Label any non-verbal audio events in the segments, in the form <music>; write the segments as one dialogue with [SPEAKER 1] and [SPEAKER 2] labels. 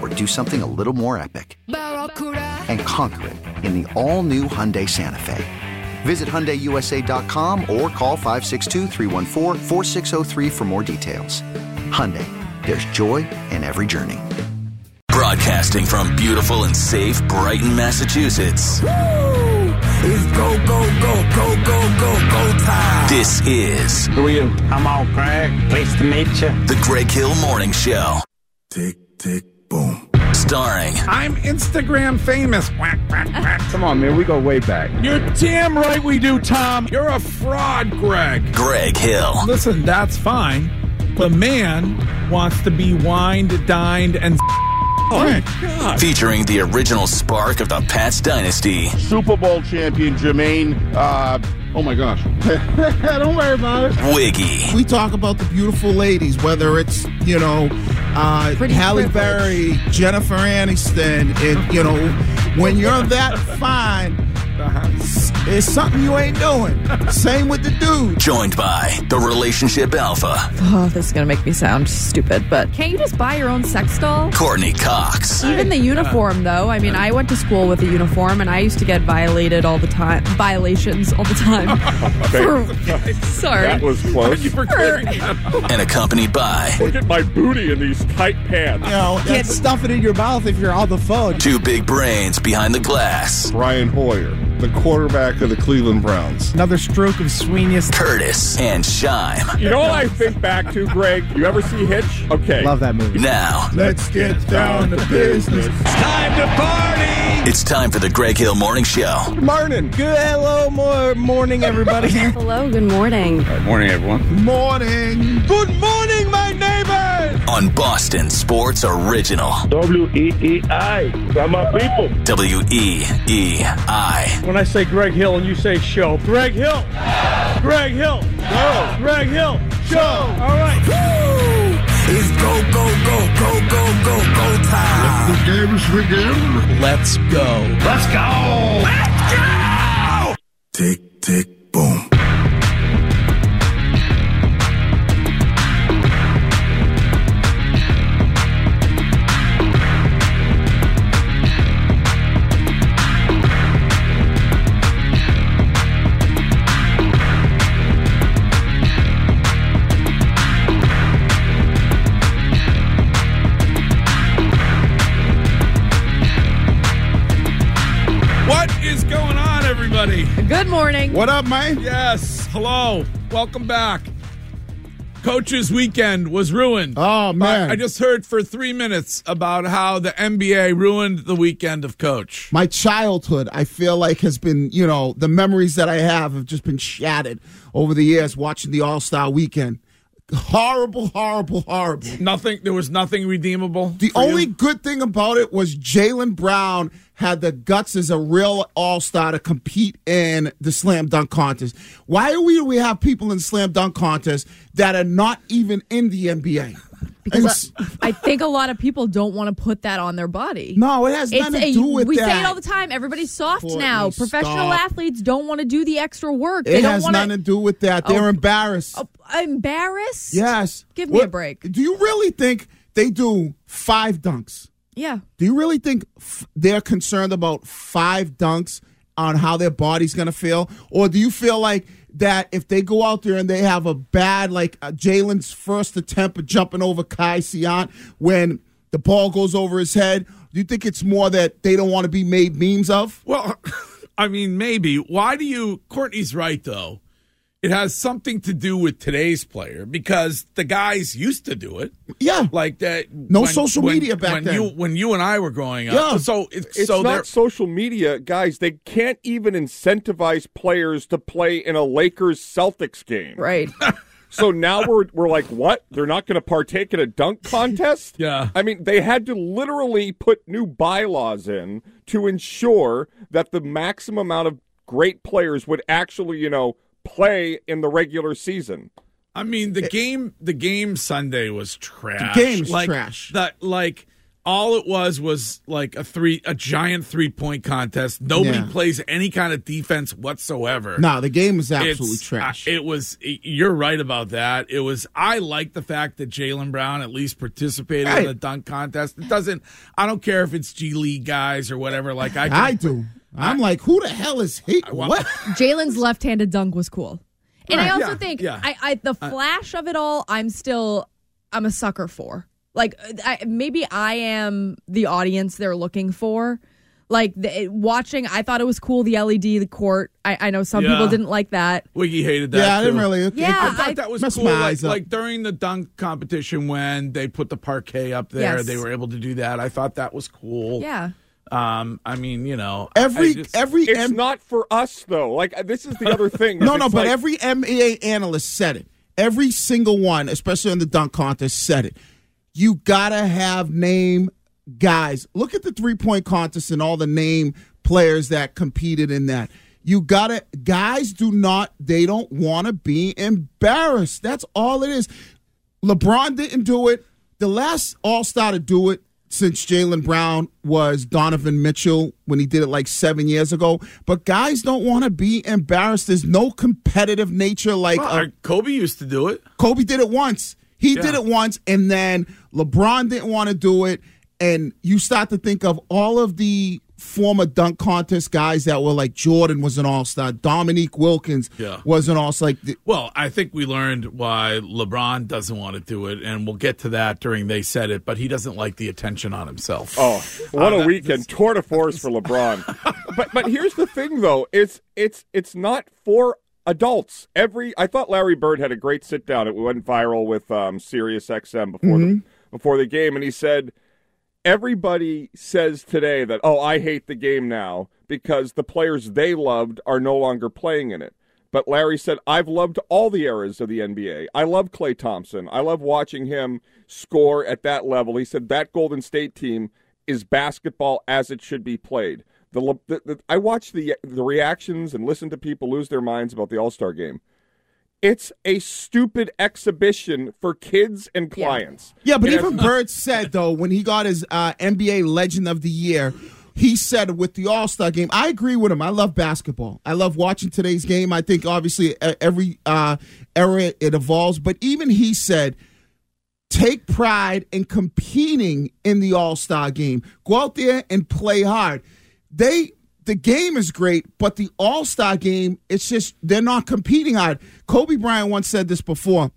[SPEAKER 1] or do something a little more epic? and conquer it in the all-new Hyundai Santa Fe. Visit HyundaiUSA.com or call 562-314-4603 for more details. Hyundai, there's joy in every journey.
[SPEAKER 2] Broadcasting from beautiful and safe Brighton, Massachusetts.
[SPEAKER 3] It's go, go, go, go, go, go, go time.
[SPEAKER 2] This is
[SPEAKER 4] Who are you? I'm all Craig. Pleased to meet you.
[SPEAKER 2] the Greg Hill Morning Show,
[SPEAKER 3] Tick, tick, boom.
[SPEAKER 2] starring
[SPEAKER 5] I'm Instagram famous. Quack, quack, quack.
[SPEAKER 4] Come on, man. We go way back.
[SPEAKER 5] You're damn right we do, Tom. You're a fraud, Greg.
[SPEAKER 2] Greg Hill.
[SPEAKER 5] Listen, that's fine. The man wants to be wined, dined, and. Oh my God.
[SPEAKER 2] Featuring the original spark of the Pats dynasty
[SPEAKER 6] Super Bowl champion Jermaine. Uh, oh my gosh. <laughs> Don't worry about it.
[SPEAKER 2] Wiggy,
[SPEAKER 7] We talk about the beautiful ladies, whether it's you know uh, Halle Berry, Jennifer Aniston, and you know when you're that fine, s-
[SPEAKER 3] <laughs>
[SPEAKER 7] it's something you ain't doing. Same with the dudes.
[SPEAKER 2] joined by the relationship alpha,
[SPEAKER 8] Oh, this is going to make me sound stupid, but can't you just buy your own sex doll?
[SPEAKER 2] Courtney Cox.
[SPEAKER 8] Even the uniform, though. I mean, I went to school with a uniform, and I used to get violated all the time, violations all the time.
[SPEAKER 6] <laughs>
[SPEAKER 8] For-
[SPEAKER 6] That
[SPEAKER 8] sorry.
[SPEAKER 6] was close.
[SPEAKER 5] You forget that.
[SPEAKER 2] And accompanied by
[SPEAKER 6] Look at my booty in these tight pants.
[SPEAKER 7] You
[SPEAKER 5] <laughs>
[SPEAKER 7] know, can't stuff it in your mouth if you're on the phone.
[SPEAKER 2] two big brains behind the glass
[SPEAKER 6] Brian Hoyer, the quarterback of the Cleveland Browns.
[SPEAKER 7] Another stroke of Sweeney's.
[SPEAKER 2] Curtis and Shime.
[SPEAKER 6] You know what I think back to, Greg? You ever see Hitch? Okay.
[SPEAKER 7] that movie.
[SPEAKER 2] Now
[SPEAKER 7] Let's get down to business.
[SPEAKER 2] it's time for the Greg Hill Morning Show.
[SPEAKER 7] Morning. Good hello, more morning, everybody.
[SPEAKER 8] <laughs> Hello, good morning.
[SPEAKER 7] morning. Good morning, my neighbors.
[SPEAKER 2] on Boston Sports Original.
[SPEAKER 4] W E E I. I'm my people.
[SPEAKER 2] W E E I.
[SPEAKER 4] When I say Greg Hill and you say show, Greg Hill. Greg Hill. Go. Greg Hill. Show. All right.
[SPEAKER 3] It's go, go, go, go, go, go, go time.
[SPEAKER 2] Let's go.
[SPEAKER 3] Let's go. Let's go. Tick, tick, boom.
[SPEAKER 5] What is going on, everybody?
[SPEAKER 8] Good morning.
[SPEAKER 7] What up, man?
[SPEAKER 5] Yes. Hello. Welcome back. Coach's weekend was ruined.
[SPEAKER 7] Oh man,
[SPEAKER 5] I just heard for three minutes about how the NBA ruined the weekend of Coach.
[SPEAKER 7] my childhood i feel like has been you know the memories that i have have just been shattered over the years watching the all-star weekend horrible horrible horrible
[SPEAKER 5] Nothing. There was nothing redeemable.
[SPEAKER 7] the only good thing about it was jalen brown had the guts as a real all-star to compete in the slam dunk contest why do we, we have people in slam dunk contests that are not even in the nba
[SPEAKER 8] because I think a lot of people don't want to put that on their body.
[SPEAKER 7] No, it has nothing to do with
[SPEAKER 8] we say
[SPEAKER 7] that.
[SPEAKER 8] it all the time. Everybody's soft
[SPEAKER 7] Courtney,
[SPEAKER 8] now. Professional
[SPEAKER 7] stop.
[SPEAKER 8] athletes don't want to do the extra work. they
[SPEAKER 7] It
[SPEAKER 8] don't Oh.
[SPEAKER 7] has
[SPEAKER 8] want
[SPEAKER 7] nothing to do with that. They're embarrassed.
[SPEAKER 8] Embarrassed?
[SPEAKER 7] Yes.
[SPEAKER 8] Give me a break.
[SPEAKER 7] Do you really think they do five dunks?
[SPEAKER 8] Yeah.
[SPEAKER 7] Do you really think f- they're concerned about five dunks on how their body's going to feel? Or do you feel like that if they go out there and they have a bad, like uh, Jalen's first attempt at jumping over Kai Siant when the ball goes over his head? Do you think it's more that they don't want to be made memes of?
[SPEAKER 5] Well, <laughs> I mean, maybe. Why do you? Courtney's right, though. It has something to do with today's player because the guys used to do it.
[SPEAKER 7] Yeah.
[SPEAKER 5] Like that.
[SPEAKER 7] No social media back
[SPEAKER 5] when
[SPEAKER 7] then.
[SPEAKER 5] You, when you and I were growing up.
[SPEAKER 7] Yeah.
[SPEAKER 5] So, it,
[SPEAKER 9] It's
[SPEAKER 5] so there.
[SPEAKER 9] not social media, guys. They can't even incentivize players to play in a Lakers Celtics game.
[SPEAKER 8] Right.
[SPEAKER 9] <laughs> So now we're we're like, what? They're not going to partake in a dunk contest?
[SPEAKER 5] <laughs> Yeah.
[SPEAKER 9] I mean, they had to literally put new bylaws in to ensure that the maximum amount of great players would actually, you know, play in the regular season.
[SPEAKER 5] I mean, the game, the game Sunday was trash.
[SPEAKER 7] The game's
[SPEAKER 5] like,
[SPEAKER 7] trash.
[SPEAKER 5] That like all it was was like a three, a giant three point contest. Nobody
[SPEAKER 7] Yeah.
[SPEAKER 5] plays any kind of defense whatsoever.
[SPEAKER 7] No, the game is
[SPEAKER 5] It's-
[SPEAKER 7] absolutely trash.
[SPEAKER 5] uh, it was. You're right about that. It was. I like the fact that Jalen Brown at least participated in
[SPEAKER 7] Right.
[SPEAKER 5] the dunk contest. It doesn't. I don't care if it's G League guys or whatever. Like I, can,
[SPEAKER 7] I do. I'm like, who the hell is he?
[SPEAKER 5] wa-
[SPEAKER 7] what?
[SPEAKER 8] Jalen's left-handed dunk was cool, and I also
[SPEAKER 5] yeah,
[SPEAKER 8] think
[SPEAKER 5] yeah. Uh,
[SPEAKER 8] I, I the flash of it all. I'm still I'm a sucker for. Like I, maybe I am the audience they're looking for. Like the, it- watching, I thought it was cool the LED the court. I, I know some
[SPEAKER 5] Yeah.
[SPEAKER 8] people didn't like that.
[SPEAKER 5] Wiggy hated that.
[SPEAKER 7] yeah, I
[SPEAKER 5] too.
[SPEAKER 7] didn't really. it-
[SPEAKER 8] Yeah,
[SPEAKER 5] I thought
[SPEAKER 8] I-
[SPEAKER 5] that was
[SPEAKER 7] Messed
[SPEAKER 5] cool.
[SPEAKER 7] my
[SPEAKER 5] Like,
[SPEAKER 7] eyes up.
[SPEAKER 5] like during the dunk competition when they put the parquet up there,
[SPEAKER 8] Yes.
[SPEAKER 5] they were able to do that. I thought that was cool.
[SPEAKER 8] Yeah,
[SPEAKER 5] Um, I mean, you know, I- I
[SPEAKER 7] Every
[SPEAKER 5] just-
[SPEAKER 7] every
[SPEAKER 9] It's
[SPEAKER 7] M-
[SPEAKER 9] not for us though. Like uh, this is the other thing.
[SPEAKER 7] no
[SPEAKER 9] is
[SPEAKER 7] no,
[SPEAKER 9] it's
[SPEAKER 7] but
[SPEAKER 9] like-
[SPEAKER 7] every MEA analyst said it. Every single one, especially in the dunk contest, said it. You gotta have name guys. Look at the three point contest and all the name players that competed in that. You gotta guys do not they don't want to be embarrassed. That's all it is. LeBron didn't do it. The last All Star to do it since Jalen Brown was Donovan Mitchell when he did it like seven years ago. But guys don't want to be embarrassed. There's no competitive nature like
[SPEAKER 5] Well,
[SPEAKER 7] uh,
[SPEAKER 5] our- Kobe used to do it.
[SPEAKER 7] Kobe did it once. He did it once, and then LeBron didn't want to do it. And you start to think of all of the former dunk contest guys that were like Jordan was an all star, Dominique Wilkins
[SPEAKER 5] Yeah.
[SPEAKER 7] was an all star. Like, th-
[SPEAKER 5] <laughs> Well, I think we learned why LeBron doesn't want to do it, and we'll get to that during they said it. But he doesn't like the attention on himself.
[SPEAKER 9] Oh, what a weekend! Tour de force for LeBron. but but here's the thing, though. It's it's it's not for adults. Every I thought Larry Bird had a great sit down. It went viral with um, Sirius XM before the before the game, and he said everybody says today that oh I hate the game now because the players they loved are no longer playing in it. But Larry said I've loved all the eras of the NBA. I love Clay Thompson. I love watching him score at that level. He said that Golden State team is basketball as it should be played. The, Le- the, the I watched the the reactions and listened to people lose their minds about the All Star game. It's a stupid exhibition for kids and clients.
[SPEAKER 7] Yeah, but even Bird said though when he got his uh, NBA Legend of the Year, he said with the All Star game, I agree with him. I love basketball. I love watching today's game. I think obviously e- every uh, era it evolves, but even he said. Take pride in competing in the All Star game. Go out there and play hard. They the game is great, but the All Star game, it's just they're not competing hard. Kobe Bryant once said this before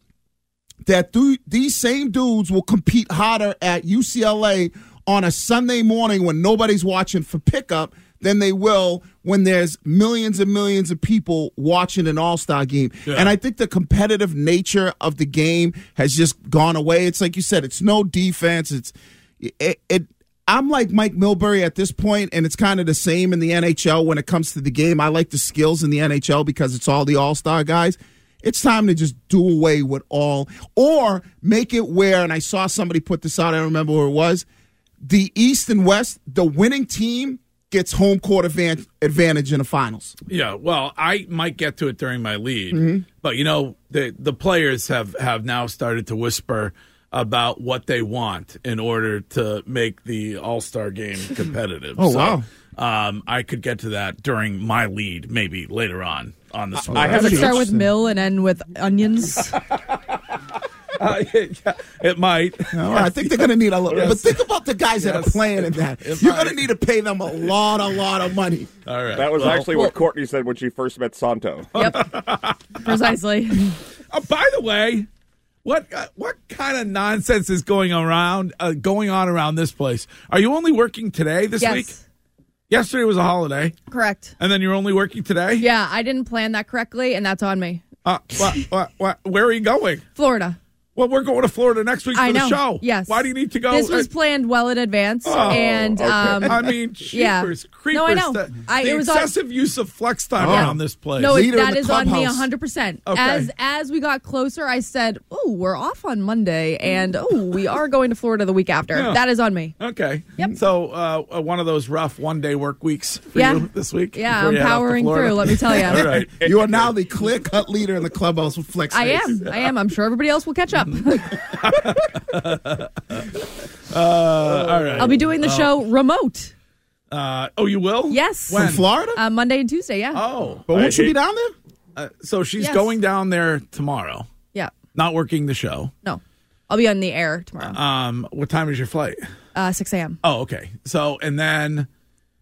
[SPEAKER 7] that th- these same dudes will compete harder at UCLA on a Sunday morning when nobody's watching for pickup than they will when there's millions and millions of people watching an all-star game. And I think the competitive nature of the game has just gone away. It's like you said, it's no defense. It's it, it I'm like Mike Milbury at this point, and it's kind of the same in the NHL when it comes to the game. I like the skills in the NHL because it's all the all-star guys it's time to just do away with all or make it where and i saw somebody put this out i don't remember where it was the east and west the winning team gets home court advan- advantage in the finals
[SPEAKER 5] Yeah, well, I might get to it
[SPEAKER 7] Mm-hmm.
[SPEAKER 5] during my lead, but you know the the players have have now started to whisper about what they want in order to make the All Star
[SPEAKER 7] <laughs>
[SPEAKER 5] game competitive.
[SPEAKER 9] Oh,
[SPEAKER 5] So,
[SPEAKER 9] wow.
[SPEAKER 5] Um, I could get to that during my lead, maybe later on on
[SPEAKER 7] Uh,
[SPEAKER 5] the sport.
[SPEAKER 8] I have to start with mill and end with onions.
[SPEAKER 5] <laughs> Uh, yeah, it might.
[SPEAKER 7] All right, I think they're going to need a little.
[SPEAKER 5] Yes.
[SPEAKER 7] But think about the guys that are
[SPEAKER 5] Yes.
[SPEAKER 7] playing in that. You're going to need to pay them a lot, a lot of money.
[SPEAKER 5] All right.
[SPEAKER 9] That was
[SPEAKER 5] Well-
[SPEAKER 9] actually
[SPEAKER 5] Well-
[SPEAKER 9] what Courtney said when she first met
[SPEAKER 8] <laughs>
[SPEAKER 9] Santo.
[SPEAKER 8] Precisely.
[SPEAKER 5] <laughs> Uh, by the way, what uh, what kind of nonsense is going around uh, going on around this place? Are you only working today this
[SPEAKER 8] Yes.
[SPEAKER 5] week? Yesterday was a holiday,
[SPEAKER 8] Correct.
[SPEAKER 5] and then you're only working today.
[SPEAKER 8] Yeah, I didn't plan that correctly, and that's on me.
[SPEAKER 5] Uh, what, what, what, where are you going?
[SPEAKER 8] Florida.
[SPEAKER 5] Well, we're going to Florida next week for
[SPEAKER 8] I know.
[SPEAKER 5] the show.
[SPEAKER 8] Yes.
[SPEAKER 5] Why do you need to go?
[SPEAKER 8] This was
[SPEAKER 5] Uh,
[SPEAKER 8] planned well in advance,
[SPEAKER 5] Oh,
[SPEAKER 8] and
[SPEAKER 5] okay.
[SPEAKER 8] um,
[SPEAKER 5] I mean, jeepers,
[SPEAKER 8] yeah.
[SPEAKER 5] creepers.
[SPEAKER 8] No, I know.
[SPEAKER 5] The,
[SPEAKER 8] I-
[SPEAKER 5] the
[SPEAKER 8] it was on- Uh-huh.
[SPEAKER 5] excessive use of flex time
[SPEAKER 7] Yeah.
[SPEAKER 5] around this place.
[SPEAKER 8] No, it,
[SPEAKER 7] Leader in
[SPEAKER 8] that
[SPEAKER 7] the
[SPEAKER 8] is on me
[SPEAKER 7] clubhouse.
[SPEAKER 8] 100%.
[SPEAKER 5] Okay.
[SPEAKER 8] As as we got closer, I said, "Oh, we're off on Monday and oh, we are going to Florida the week after."
[SPEAKER 5] Yeah.
[SPEAKER 8] That is on me.
[SPEAKER 5] Uh, Okay. Yep. So uh, uh, one of those rough one-day work weeks for
[SPEAKER 8] Yeah.
[SPEAKER 5] you this week.
[SPEAKER 8] Yeah,
[SPEAKER 5] before
[SPEAKER 8] I'm
[SPEAKER 5] you head off to
[SPEAKER 8] powering
[SPEAKER 5] Florida?
[SPEAKER 8] through, let me tell
[SPEAKER 5] <laughs>
[SPEAKER 8] you.
[SPEAKER 5] All right.
[SPEAKER 7] You are now the clear cut leader in the clubhouse with flex.
[SPEAKER 8] I
[SPEAKER 7] face.
[SPEAKER 8] am. I am. I'm sure everybody else will catch
[SPEAKER 5] <laughs>
[SPEAKER 8] up.
[SPEAKER 5] Uh, all right.
[SPEAKER 8] I'll be doing the show remote.
[SPEAKER 5] Uh, oh, you will?
[SPEAKER 8] Yes.
[SPEAKER 5] When?
[SPEAKER 7] From Florida?
[SPEAKER 8] Uh, Monday and Tuesday, yeah.
[SPEAKER 5] Oh,
[SPEAKER 7] But won't you be down there?
[SPEAKER 5] uh, so she's
[SPEAKER 8] Yes.
[SPEAKER 5] going down there tomorrow,
[SPEAKER 8] Yeah.
[SPEAKER 5] not working the show.
[SPEAKER 8] No. I'll be on the air tomorrow.
[SPEAKER 5] Um, what time is your flight?
[SPEAKER 8] Uh, 6 a.m.
[SPEAKER 5] Oh, okay. So and then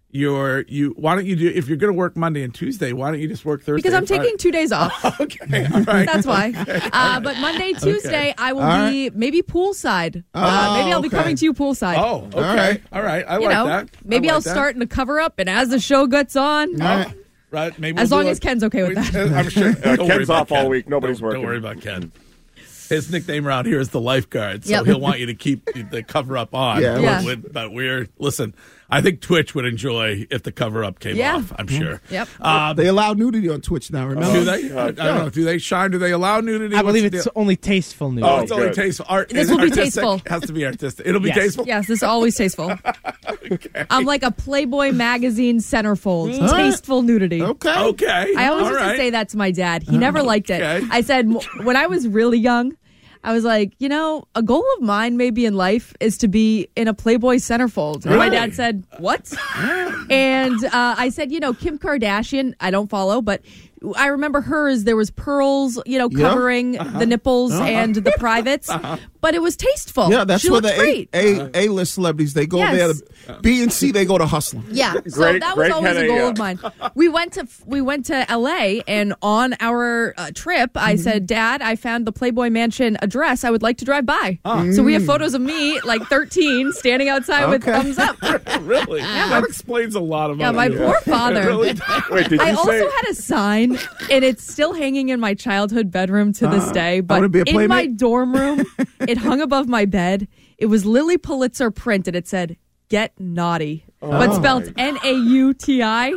[SPEAKER 5] you're you. Why don't you do if you're going to work Monday and Tuesday? Why don't you just work Thursday?
[SPEAKER 8] Because I'm
[SPEAKER 5] and Friday?
[SPEAKER 8] taking two days
[SPEAKER 5] <laughs>
[SPEAKER 8] off.
[SPEAKER 5] Okay, all right.
[SPEAKER 8] <laughs> That's why. Uh, but
[SPEAKER 5] <laughs>
[SPEAKER 8] Monday, Tuesday, I will
[SPEAKER 7] All
[SPEAKER 8] be maybe poolside. uh,
[SPEAKER 7] Oh,
[SPEAKER 8] maybe I'll be
[SPEAKER 7] okay.
[SPEAKER 8] coming to you poolside.
[SPEAKER 5] Oh, okay. All right.
[SPEAKER 7] right.
[SPEAKER 5] I
[SPEAKER 8] you
[SPEAKER 5] like
[SPEAKER 8] know,
[SPEAKER 5] that. I
[SPEAKER 8] maybe
[SPEAKER 5] like
[SPEAKER 8] I'll
[SPEAKER 5] that.
[SPEAKER 8] start in a cover up, and as the show gets on,
[SPEAKER 7] All right.
[SPEAKER 5] Right. Maybe
[SPEAKER 8] As
[SPEAKER 5] we'll
[SPEAKER 8] long
[SPEAKER 5] do
[SPEAKER 8] as Ken's okay with
[SPEAKER 5] we- <laughs>
[SPEAKER 8] that.
[SPEAKER 5] I'm sure. Don't worry
[SPEAKER 9] Ken's
[SPEAKER 5] about
[SPEAKER 9] off all week. Nobody's
[SPEAKER 5] Don't-
[SPEAKER 9] working.
[SPEAKER 5] Don't worry about Ken. His nickname around here is the lifeguard, so
[SPEAKER 8] Yep.
[SPEAKER 5] he'll want you to keep the cover up on.
[SPEAKER 7] Yeah,
[SPEAKER 5] But
[SPEAKER 8] Yeah.
[SPEAKER 5] we- But we're listen. I think Twitch would enjoy if the cover up came
[SPEAKER 8] Yeah.
[SPEAKER 5] off. I'm sure.
[SPEAKER 8] Yep.
[SPEAKER 5] Um,
[SPEAKER 7] Uh, They allow nudity on Twitch now. Remember?
[SPEAKER 5] Uh, do they? I, I don't know. Do they shine? Do they allow nudity?
[SPEAKER 10] I believe
[SPEAKER 5] What's the
[SPEAKER 10] it's
[SPEAKER 5] deal?
[SPEAKER 10] only tasteful news.
[SPEAKER 5] Oh, it's only
[SPEAKER 9] good.
[SPEAKER 5] tasteful. Art,
[SPEAKER 8] This
[SPEAKER 5] is
[SPEAKER 8] will be
[SPEAKER 5] artistic.
[SPEAKER 8] tasteful.
[SPEAKER 5] Has to be artistic. It'll be
[SPEAKER 10] Yes.
[SPEAKER 5] tasteful.
[SPEAKER 8] yes, this is
[SPEAKER 5] <laughs>
[SPEAKER 8] always tasteful. I'm like a Playboy magazine centerfold, tasteful nudity.
[SPEAKER 7] Okay.
[SPEAKER 5] Hmm. Okay.
[SPEAKER 8] I always
[SPEAKER 5] All
[SPEAKER 8] used
[SPEAKER 5] right.
[SPEAKER 8] to say that to my dad. He never liked it.
[SPEAKER 5] Okay.
[SPEAKER 8] I said "M- when I was really young, I was like, you know, a goal of mine maybe in life is to be in a Playboy centerfold. And my
[SPEAKER 5] Really? Ah.
[SPEAKER 8] dad said, "What?" and uh, I said, you know, Kim Kardashian. I don't follow, but I remember hers. There was pearls, you know,
[SPEAKER 7] Yeah.
[SPEAKER 8] covering
[SPEAKER 5] Uh-huh.
[SPEAKER 8] the nipples and the
[SPEAKER 5] <laughs>
[SPEAKER 8] privates, but it was tasteful.
[SPEAKER 7] Yeah, that's
[SPEAKER 8] she
[SPEAKER 7] where
[SPEAKER 8] looked
[SPEAKER 7] the
[SPEAKER 8] great.
[SPEAKER 5] Uh-huh.
[SPEAKER 7] A A list celebrities they go
[SPEAKER 8] Yes.
[SPEAKER 7] there. B and C they go to hustling.
[SPEAKER 8] Yeah, so
[SPEAKER 9] Greg-
[SPEAKER 8] that was
[SPEAKER 9] Greg
[SPEAKER 8] always
[SPEAKER 9] had
[SPEAKER 8] a
[SPEAKER 9] a,
[SPEAKER 8] goal
[SPEAKER 9] uh,
[SPEAKER 8] of mine. We went to we went to L.A. and on our uh, trip, I
[SPEAKER 7] Mm-hmm.
[SPEAKER 8] said, "Dad, I found the Playboy Mansion address. I would like to drive by."
[SPEAKER 7] Ah.
[SPEAKER 8] So we have photos of me, like thirteen, standing outside with
[SPEAKER 7] Mm. Okay. <laughs>
[SPEAKER 8] thumbs
[SPEAKER 5] <laughs>
[SPEAKER 8] up.
[SPEAKER 5] really? that explains a lot of
[SPEAKER 8] Yeah,
[SPEAKER 5] <laughs>
[SPEAKER 8] my poor father.
[SPEAKER 9] Wait, did you
[SPEAKER 8] I also
[SPEAKER 9] say?
[SPEAKER 8] had a sign, and it's still hanging in my childhood bedroom to this day. But
[SPEAKER 7] wanna be a
[SPEAKER 8] in my
[SPEAKER 7] playmate.
[SPEAKER 8] dorm room, it hung above my bed. It was Lily Pulitzer print, and it said "Get Naughty," but spelled N A U T I.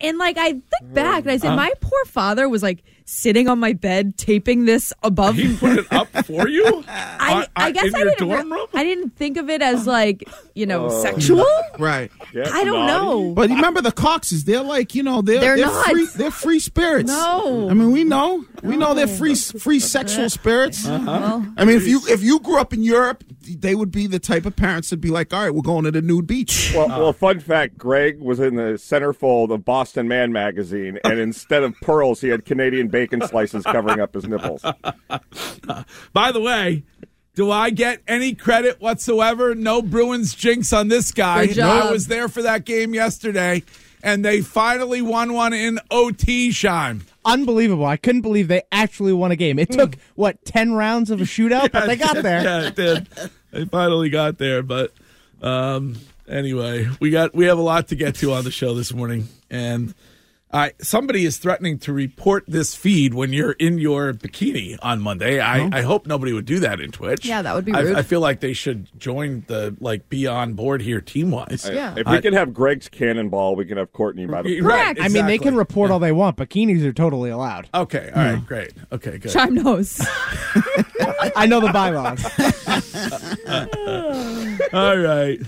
[SPEAKER 8] And like I think back, and I said, my poor father was like sitting on my bed taping this above.
[SPEAKER 5] He put it up for you?
[SPEAKER 8] <laughs> I, I, guess
[SPEAKER 5] in
[SPEAKER 8] I
[SPEAKER 5] your
[SPEAKER 8] didn't. re-
[SPEAKER 5] dorm room?
[SPEAKER 8] I didn't think of it as like you know
[SPEAKER 7] Oh.
[SPEAKER 8] sexual.
[SPEAKER 7] Right.
[SPEAKER 9] Get
[SPEAKER 8] I don't
[SPEAKER 9] Uh, naughty?
[SPEAKER 8] know.
[SPEAKER 7] But remember the Coxes, they're like, you know, they're
[SPEAKER 8] They're
[SPEAKER 7] they're,
[SPEAKER 8] not.
[SPEAKER 7] free they're free spirits.
[SPEAKER 8] No.
[SPEAKER 7] I mean we know. We know they're free free sexual spirits.
[SPEAKER 8] Uh-huh.
[SPEAKER 9] Uh-huh.
[SPEAKER 7] I mean if you if you grew up in Europe, they would be the type of parents that'd be like, All right, we're going to the nude beach.
[SPEAKER 9] Well,
[SPEAKER 8] Uh.
[SPEAKER 9] well, fun fact: Greg was in the centerfold of Boston Man magazine,
[SPEAKER 8] <laughs>
[SPEAKER 9] and instead of pearls, he had Canadian bacon slices covering up his nipples.
[SPEAKER 5] By the way, do I get any credit whatsoever? No Bruins jinx on this guy.
[SPEAKER 8] Good job.
[SPEAKER 5] I was there for that game yesterday, and they finally won one in OT shine. Mm.
[SPEAKER 10] Unbelievable. I couldn't believe they actually won a game. It took, what, 10 rounds of a shootout? but they got there.
[SPEAKER 5] <laughs> yeah, it did. They finally got there. But um, anyway, we got we have a lot to get to on the show this morning, and I somebody is threatening to report this feed when you're in your bikini on Monday. I,
[SPEAKER 10] Oh.
[SPEAKER 5] I hope nobody would do that in Twitch.
[SPEAKER 8] Yeah, that would be
[SPEAKER 5] I-
[SPEAKER 8] rude.
[SPEAKER 5] I, feel like they should join the like be on board here team wise.
[SPEAKER 8] Yeah.
[SPEAKER 9] If we can have Greg's cannonball, we can have Courtney by the.
[SPEAKER 8] Correct.
[SPEAKER 10] I mean, they can report all they want. Bikinis are totally allowed. Mm.
[SPEAKER 5] Okay. All right. Great. Okay. Good.
[SPEAKER 10] <laughs>
[SPEAKER 8] Chime knows.
[SPEAKER 7] <laughs>
[SPEAKER 5] <laughs>
[SPEAKER 10] I know the bylaws.
[SPEAKER 5] All right.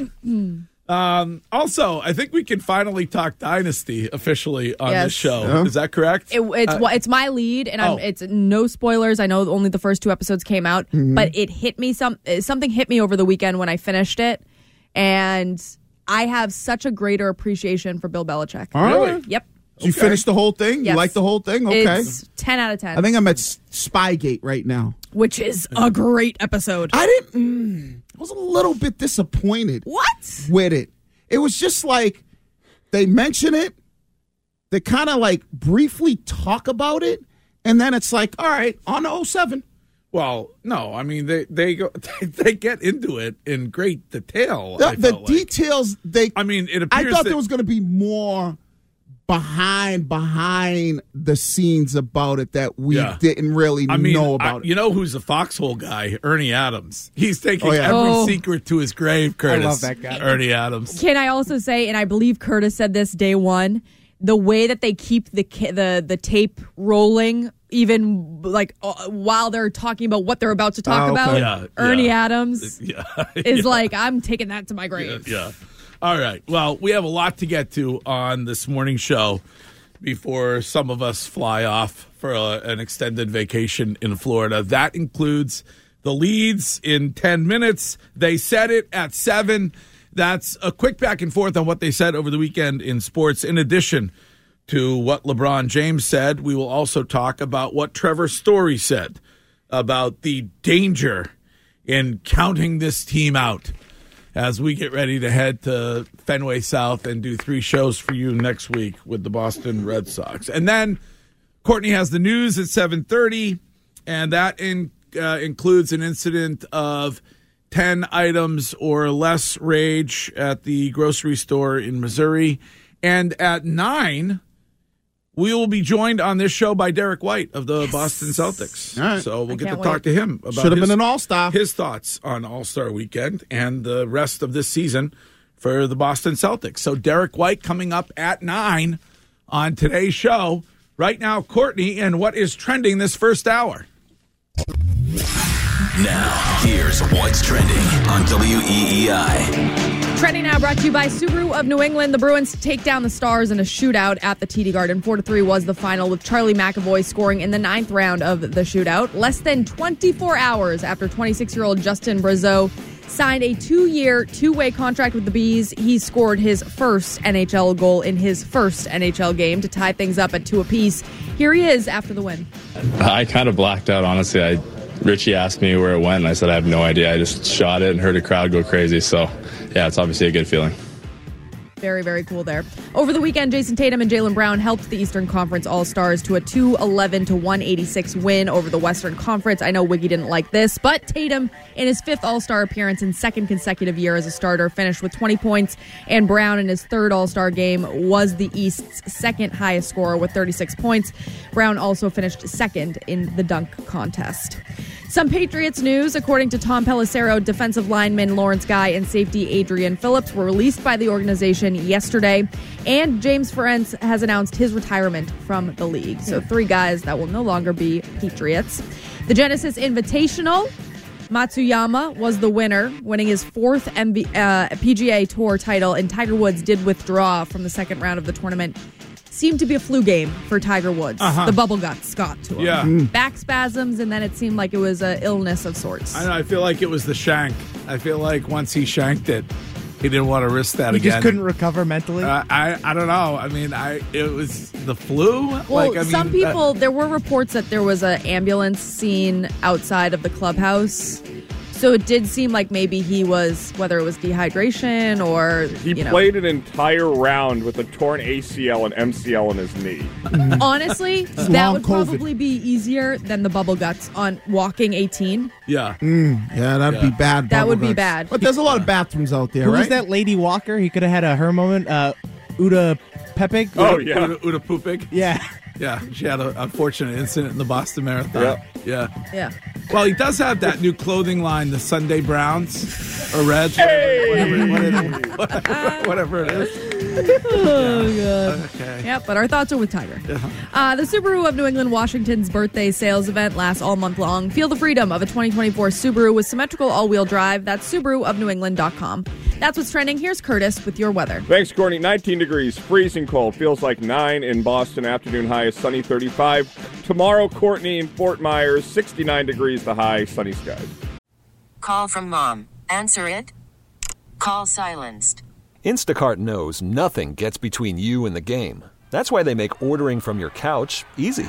[SPEAKER 5] Um, also, I think we can finally talk Dynasty officially on
[SPEAKER 8] Yes.
[SPEAKER 5] this show.
[SPEAKER 8] Yeah.
[SPEAKER 5] Is that correct?
[SPEAKER 8] It, it's
[SPEAKER 5] Uh,
[SPEAKER 8] wha- it's my lead, and
[SPEAKER 5] oh.
[SPEAKER 8] I'm, it's no spoilers. I know only the first two episodes came out,
[SPEAKER 7] Mm-hmm.
[SPEAKER 5] Mhm.
[SPEAKER 8] but it hit me some uh, something hit me over the weekend when I finished it, and I have such a greater appreciation for Bill Belichick.
[SPEAKER 7] All right.
[SPEAKER 8] Yep.
[SPEAKER 7] Did you finish the whole thing?
[SPEAKER 8] Yes.
[SPEAKER 7] You like the whole thing? Okay.
[SPEAKER 8] It's ten out of ten.
[SPEAKER 7] I think I'm at S- Spygate right now.
[SPEAKER 8] which is a great episode.
[SPEAKER 7] I didn't. mm, I was a little bit disappointed.
[SPEAKER 8] What?
[SPEAKER 7] With it, it was just like they mention it, they kind of like briefly talk about it, and then it's like, all right, on to 07.
[SPEAKER 5] Well, no, I mean they they go <laughs> they, get into it in great detail.
[SPEAKER 7] The,
[SPEAKER 5] I
[SPEAKER 7] the
[SPEAKER 5] felt like.
[SPEAKER 7] details they.
[SPEAKER 5] I mean, it
[SPEAKER 7] I
[SPEAKER 5] appears
[SPEAKER 7] thought
[SPEAKER 5] that-
[SPEAKER 7] there was going to be more behind behind the scenes about it that we
[SPEAKER 5] Yeah.
[SPEAKER 7] didn't really
[SPEAKER 5] I mean,
[SPEAKER 7] know
[SPEAKER 5] I-
[SPEAKER 7] about.
[SPEAKER 5] you know who's a foxhole guy? Ernie Adams. He's taking
[SPEAKER 7] Oh, yeah.
[SPEAKER 5] every
[SPEAKER 7] Oh.
[SPEAKER 5] secret to his grave. Curtis.
[SPEAKER 7] love that guy.
[SPEAKER 5] Ernie Adams.
[SPEAKER 8] Can I also say, and I believe Curtis said this day one, the way that they keep the ca- the the tape rolling, even like uh, while they're talking about what they're about to talk
[SPEAKER 5] Oh, okay.
[SPEAKER 8] about,
[SPEAKER 5] Yeah,
[SPEAKER 8] Ernie
[SPEAKER 5] yeah. <laughs>
[SPEAKER 8] Adams
[SPEAKER 5] Yeah,
[SPEAKER 8] is
[SPEAKER 5] Yeah.
[SPEAKER 8] like, I'm taking that to my grave.
[SPEAKER 5] Yeah. All right. Well, we have a lot to get to on this morning's show before some of us fly off for a, an extended vacation in Florida. That includes the leads in 10 minutes. They said it at 7. That's a quick back and forth on what they said over the weekend in sports. In addition, to what LeBron James said. We will also talk about what Trevor Story said about the danger in counting this team out as we get ready to head to Fenway South and do three shows for you next week with the Boston Red Sox. And then Courtney has the news at 7:30 and that in, uh, includes an incident of 10 items or less rage at the grocery store in Missouri. And at 9, we will be joined on this show by Derek White of the Boston Celtics. So
[SPEAKER 7] I
[SPEAKER 5] we'll get to
[SPEAKER 7] can't
[SPEAKER 5] talk
[SPEAKER 7] wait.
[SPEAKER 5] to him about
[SPEAKER 7] Should've
[SPEAKER 5] his-
[SPEAKER 7] been an all-star.
[SPEAKER 5] His thoughts on All-Star weekend and the rest of this season for the Boston Celtics. So Derek White coming up at 9 on today's show. Right now, Courtney, and what is trending this first hour?
[SPEAKER 2] Now, here's what's trending on E WEEI.
[SPEAKER 8] Trending now brought to you by Subaru of New England. The Bruins take down the Stars in a shootout at the TD Garden. 4 3 was the final, with Charlie McAvoy scoring in the ninth round of the shootout. Less than 24 hours after 26 year old Justin Brazo signed a two year, two way contract with the Bees, he scored his first NHL goal in his first NHL game to tie things up at two apiece. Here he is after the win.
[SPEAKER 11] I kind of blacked out, honestly. I Richie asked me where it went, and I said I have no idea. I just shot it and heard a crowd go crazy. So, yeah, it's obviously a good feeling.
[SPEAKER 8] Very, very cool there. Over the weekend, Jason Tatum and Jalen Brown helped the Eastern Conference All Stars to a 211 to 186 win over the Western Conference. I know Wiggy didn't like this, but Tatum, in his fifth All Star appearance and second consecutive year as a starter, finished with 20 points, and Brown, in his third All Star game, was the East's second highest scorer with 36 points. Brown also finished second in the dunk contest. Some Patriots news. According to Tom Pelissero, defensive lineman Lawrence Guy and safety Adrian Phillips were released by the organization yesterday. And James Ferentz has announced his retirement from the league. So, three guys that will no longer be Patriots. The Genesis Invitational. Matsuyama was the winner, winning his fourth MB, uh, PGA Tour title, and Tiger Woods did withdraw from the second round of the tournament. Seemed to be a flu game for Tiger Woods.
[SPEAKER 5] Uh-huh.
[SPEAKER 8] The bubble got Scott to him
[SPEAKER 5] Yeah. Mm.
[SPEAKER 8] back spasms, and then it seemed like it was a illness of sorts.
[SPEAKER 5] I know. I feel like it was the shank. I feel like once he shanked it, he didn't want to risk that
[SPEAKER 10] You
[SPEAKER 5] again.
[SPEAKER 10] just couldn't recover mentally.
[SPEAKER 5] Uh, I I don't know. I mean, I it was the flu.
[SPEAKER 8] Well,
[SPEAKER 5] like, I mean,
[SPEAKER 8] some
[SPEAKER 5] that-
[SPEAKER 8] people there were reports that there was an ambulance scene outside of the clubhouse, so it did seem like maybe he was whether it was dehydration or
[SPEAKER 9] He
[SPEAKER 8] you know.
[SPEAKER 9] played an entire round with a torn ACL and MCL in his knee.
[SPEAKER 8] Honestly,
[SPEAKER 9] It's
[SPEAKER 8] that
[SPEAKER 9] Mm-hmm. long
[SPEAKER 8] would
[SPEAKER 9] COVID.
[SPEAKER 8] probably be easier than the bubble guts on walking
[SPEAKER 9] <laughs>
[SPEAKER 8] 18.
[SPEAKER 5] yeah.
[SPEAKER 7] yeah, that'd be bad.
[SPEAKER 8] That would be
[SPEAKER 7] bubbleguts.
[SPEAKER 8] bad.
[SPEAKER 7] But there's a lot of bathrooms out there,
[SPEAKER 10] Who
[SPEAKER 7] right?
[SPEAKER 10] was that lady Walker? He could have had a her moment. Uh, Uda Pepig.
[SPEAKER 5] Uda, Uda, Uda Pupik.
[SPEAKER 10] Yeah. <laughs>
[SPEAKER 5] Yeah, she had an unfortunate incident in the Boston Marathon. Yeah.
[SPEAKER 8] Yeah.
[SPEAKER 5] Well, he does have that new clothing line, the Sunday Browns or Reds, whatever, whatever, whatever, whatever, <laughs> whatever it is.
[SPEAKER 8] oh god.
[SPEAKER 5] Okay.
[SPEAKER 8] Yep, but our thoughts are with Tiger.
[SPEAKER 9] Uh-huh.
[SPEAKER 8] Uh, the Subaru of New England Washington's birthday sales event lasts all month long. Feel the freedom of a 2024 Subaru with symmetrical all-wheel drive. That's SubaruofNewEngland.com. That's what's trending. Here's Curtis with your weather.
[SPEAKER 9] Thanks, Courtney. 19 degrees, freezing cold. Feels like 9 in Boston. Afternoon high is sunny 35. Tomorrow, Courtney in Fort Myers, 69 degrees the high, sunny skies.
[SPEAKER 12] Call from mom. Answer it. Call silenced.
[SPEAKER 13] Instacart knows nothing gets between you and the game. That's why they make ordering from your couch easy.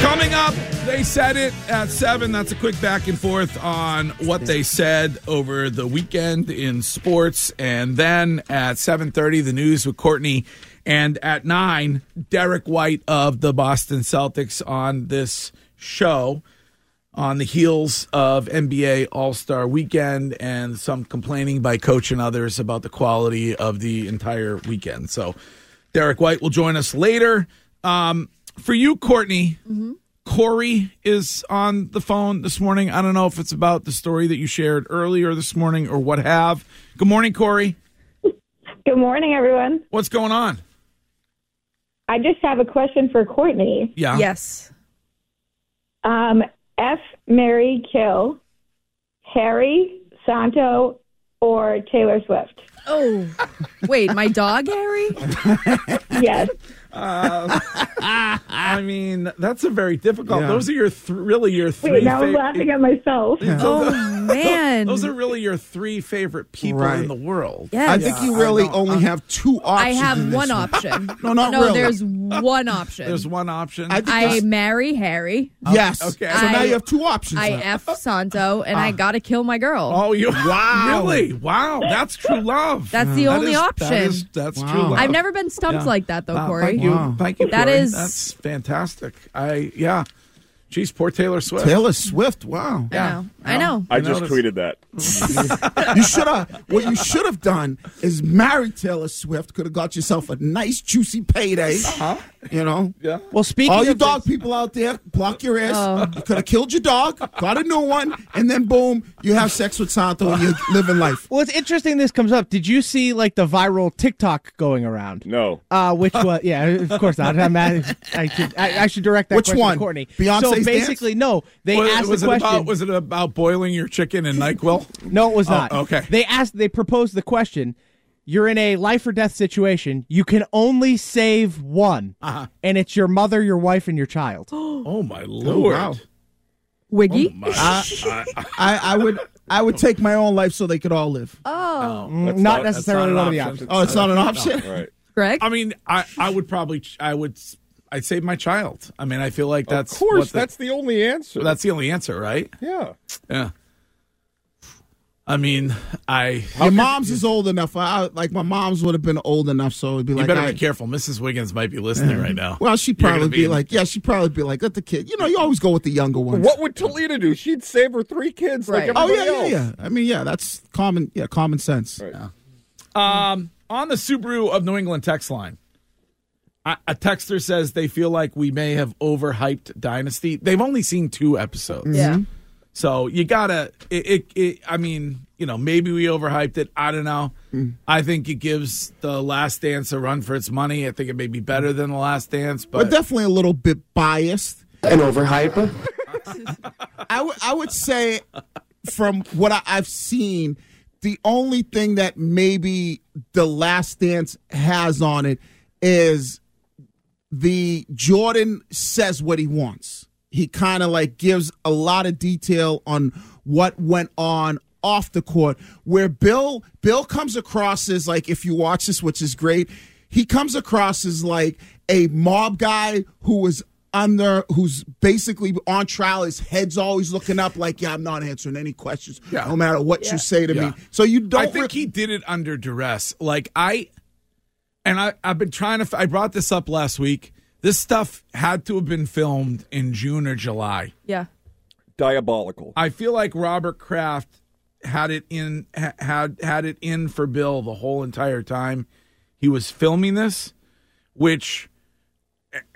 [SPEAKER 5] Coming up, they said it at seven. That's a quick back and forth on what they said over the weekend in sports, and then at seven thirty, the news with Courtney, and at nine, Derek White of the Boston Celtics on this show. On the heels of NBA All Star Weekend and some complaining by coach and others about the quality of the entire weekend. So, Derek White will join us later. Um, for you, Courtney, Corey is on the phone this morning. I don't know if it's about the story that you shared earlier this morning or what have. Good morning, Corey.
[SPEAKER 14] Good morning, everyone.
[SPEAKER 5] What's going on?
[SPEAKER 14] I just have a question for Courtney.
[SPEAKER 5] Yeah.
[SPEAKER 8] Yes.
[SPEAKER 14] Um, F. Mary Kill, Harry, Santo, or Taylor Swift?
[SPEAKER 8] Oh, wait, my dog, Harry?
[SPEAKER 14] <laughs> yes.
[SPEAKER 5] Uh, I mean, that's a very difficult. Those are your th- really your three.
[SPEAKER 14] Wait, now I'm laughing at myself.
[SPEAKER 5] <laughs>
[SPEAKER 8] Oh man,
[SPEAKER 5] those are really your three favorite people in
[SPEAKER 7] Right.
[SPEAKER 5] the world.
[SPEAKER 8] Yes.
[SPEAKER 7] I think you really only have two
[SPEAKER 8] I
[SPEAKER 7] options. in
[SPEAKER 8] have
[SPEAKER 7] this
[SPEAKER 8] one option.
[SPEAKER 7] <laughs> No, not
[SPEAKER 8] no,
[SPEAKER 7] really.
[SPEAKER 8] there's one option.
[SPEAKER 5] There's one option.
[SPEAKER 8] I,
[SPEAKER 7] I think that's-
[SPEAKER 8] marry Harry.
[SPEAKER 7] Yes.
[SPEAKER 5] Okay.
[SPEAKER 7] So now
[SPEAKER 8] I-
[SPEAKER 7] you have two options. Ah.
[SPEAKER 8] I
[SPEAKER 7] now.
[SPEAKER 8] F Santo, and I gotta kill my girl.
[SPEAKER 5] Oh,
[SPEAKER 8] <laughs>
[SPEAKER 5] you <laughs>
[SPEAKER 7] Wow.
[SPEAKER 5] Really? Wow, that's true love.
[SPEAKER 8] That's the
[SPEAKER 5] That
[SPEAKER 8] only
[SPEAKER 5] is- that
[SPEAKER 8] option.
[SPEAKER 5] is- that's true love.
[SPEAKER 8] I've never been stumped
[SPEAKER 5] Yeah.
[SPEAKER 8] like that though,
[SPEAKER 5] Wow,
[SPEAKER 8] Corey.
[SPEAKER 5] Thank you. Thank you.
[SPEAKER 8] That
[SPEAKER 5] Corey.
[SPEAKER 8] is-
[SPEAKER 5] that's fantastic. I yeah. Geez, poor Taylor Swift.
[SPEAKER 7] Taylor Swift. Wow.
[SPEAKER 8] I know. I know.
[SPEAKER 9] I just
[SPEAKER 5] noticed.
[SPEAKER 9] tweeted that.
[SPEAKER 7] you should have. What you should have done is married Taylor Swift. Could have got yourself a nice juicy payday.
[SPEAKER 5] Uh-huh.
[SPEAKER 7] You know.
[SPEAKER 5] Yeah.
[SPEAKER 10] Well, speaking
[SPEAKER 7] All you
[SPEAKER 10] of
[SPEAKER 7] dog people out there, block your ass.
[SPEAKER 8] Oh.
[SPEAKER 7] You could have killed your dog, got a new one, and then boom, you have sex with Santo and you're living life.
[SPEAKER 10] Well, it's interesting this comes up. Did you see like the viral TikTok going around?
[SPEAKER 9] No.
[SPEAKER 10] Uh, which was yeah, of course not. I'm at, I, should, I, I should direct that
[SPEAKER 7] Which
[SPEAKER 10] question
[SPEAKER 7] one?
[SPEAKER 10] to Courtney.
[SPEAKER 7] Beyonce's
[SPEAKER 10] so
[SPEAKER 7] dance?
[SPEAKER 10] basically, no, they
[SPEAKER 5] was,
[SPEAKER 10] asked
[SPEAKER 5] was
[SPEAKER 10] the
[SPEAKER 5] it
[SPEAKER 10] question.
[SPEAKER 5] about was it about boiling your chicken in Nyquil?
[SPEAKER 10] No, it was
[SPEAKER 5] Oh,
[SPEAKER 10] not.
[SPEAKER 5] okay.
[SPEAKER 10] They asked. They proposed the question. You're in a life or death situation. You can only save one, uh-huh. and it's your mother, your wife, and your child.
[SPEAKER 5] <laughs> <gasps> oh my lord!
[SPEAKER 7] wow.
[SPEAKER 8] <laughs> Wiggy.
[SPEAKER 9] Oh,
[SPEAKER 5] Oh, Uh,
[SPEAKER 7] I, I, I would I would take my own life so they could all live.
[SPEAKER 8] Oh,
[SPEAKER 9] Um,
[SPEAKER 5] Mm,
[SPEAKER 10] not, necessarily one of the options.
[SPEAKER 7] Oh, it's not an option.
[SPEAKER 9] <laughs> Right.
[SPEAKER 8] Greg.
[SPEAKER 5] I mean, I I would probably ch- I would s- I'd save my child. I mean, I feel like that's
[SPEAKER 9] of
[SPEAKER 5] what
[SPEAKER 9] course,
[SPEAKER 5] the-
[SPEAKER 9] that's the only answer.
[SPEAKER 5] that's the only answer, right?
[SPEAKER 9] yeah.
[SPEAKER 5] Yeah. I mean, I
[SPEAKER 7] Your mom's is old enough. I, I- like my mom's would have been old enough, so it'd be
[SPEAKER 5] you
[SPEAKER 7] like.
[SPEAKER 5] better
[SPEAKER 7] I-
[SPEAKER 5] be careful. Mrs. Wiggins might be listening right now.
[SPEAKER 7] well, she'd
[SPEAKER 5] <laughs> You're gonna
[SPEAKER 7] probably be,
[SPEAKER 5] in-
[SPEAKER 7] like, yeah, she'd probably be like, let the kid. You know, you always go with the younger ones.
[SPEAKER 9] What would Toledo do? She'd save her three kids
[SPEAKER 8] Right.
[SPEAKER 9] like
[SPEAKER 7] Oh
[SPEAKER 9] everybody
[SPEAKER 7] yeah, yeah,
[SPEAKER 9] else.
[SPEAKER 7] yeah. I mean, yeah, that's common. Yeah, common sense.
[SPEAKER 5] Um, on the Subaru of New England text line, a, a texter says they feel like we may have overhyped Dynasty. They've only seen two episodes.
[SPEAKER 8] Mm-hmm. Yeah. <laughs>
[SPEAKER 5] So you gotta. It, it, it. I mean, you know, maybe we overhyped it. I don't know. I think it gives the Last Dance a run for its money. I think it may be better than the Last Dance,
[SPEAKER 7] We're
[SPEAKER 5] but
[SPEAKER 7] definitely a little bit biased.
[SPEAKER 15] An overhyper?
[SPEAKER 7] I would I would say from what I, I've seen, the only thing that maybe the last dance has on it is the Jordan says what he wants. He kind of like gives a lot of detail on what went on off the court where Bill Bill comes across as like if you watch this which is great, he comes across as like a mob guy who is under who's basically on trial his head's always looking up like yeah i'm not answering any questions
[SPEAKER 5] Yeah.
[SPEAKER 7] no matter what
[SPEAKER 5] Yeah.
[SPEAKER 7] you say to
[SPEAKER 5] Yeah.
[SPEAKER 7] me so you don't
[SPEAKER 5] I think he did it under duress. Like I, and I, I've been trying to. f- I brought this up last week. This stuff had to have been filmed in June or July.
[SPEAKER 8] Yeah.
[SPEAKER 9] Diabolical.
[SPEAKER 5] I feel like Robert Kraft had it in ha- had had it in for Bill the whole entire time he was filming this, which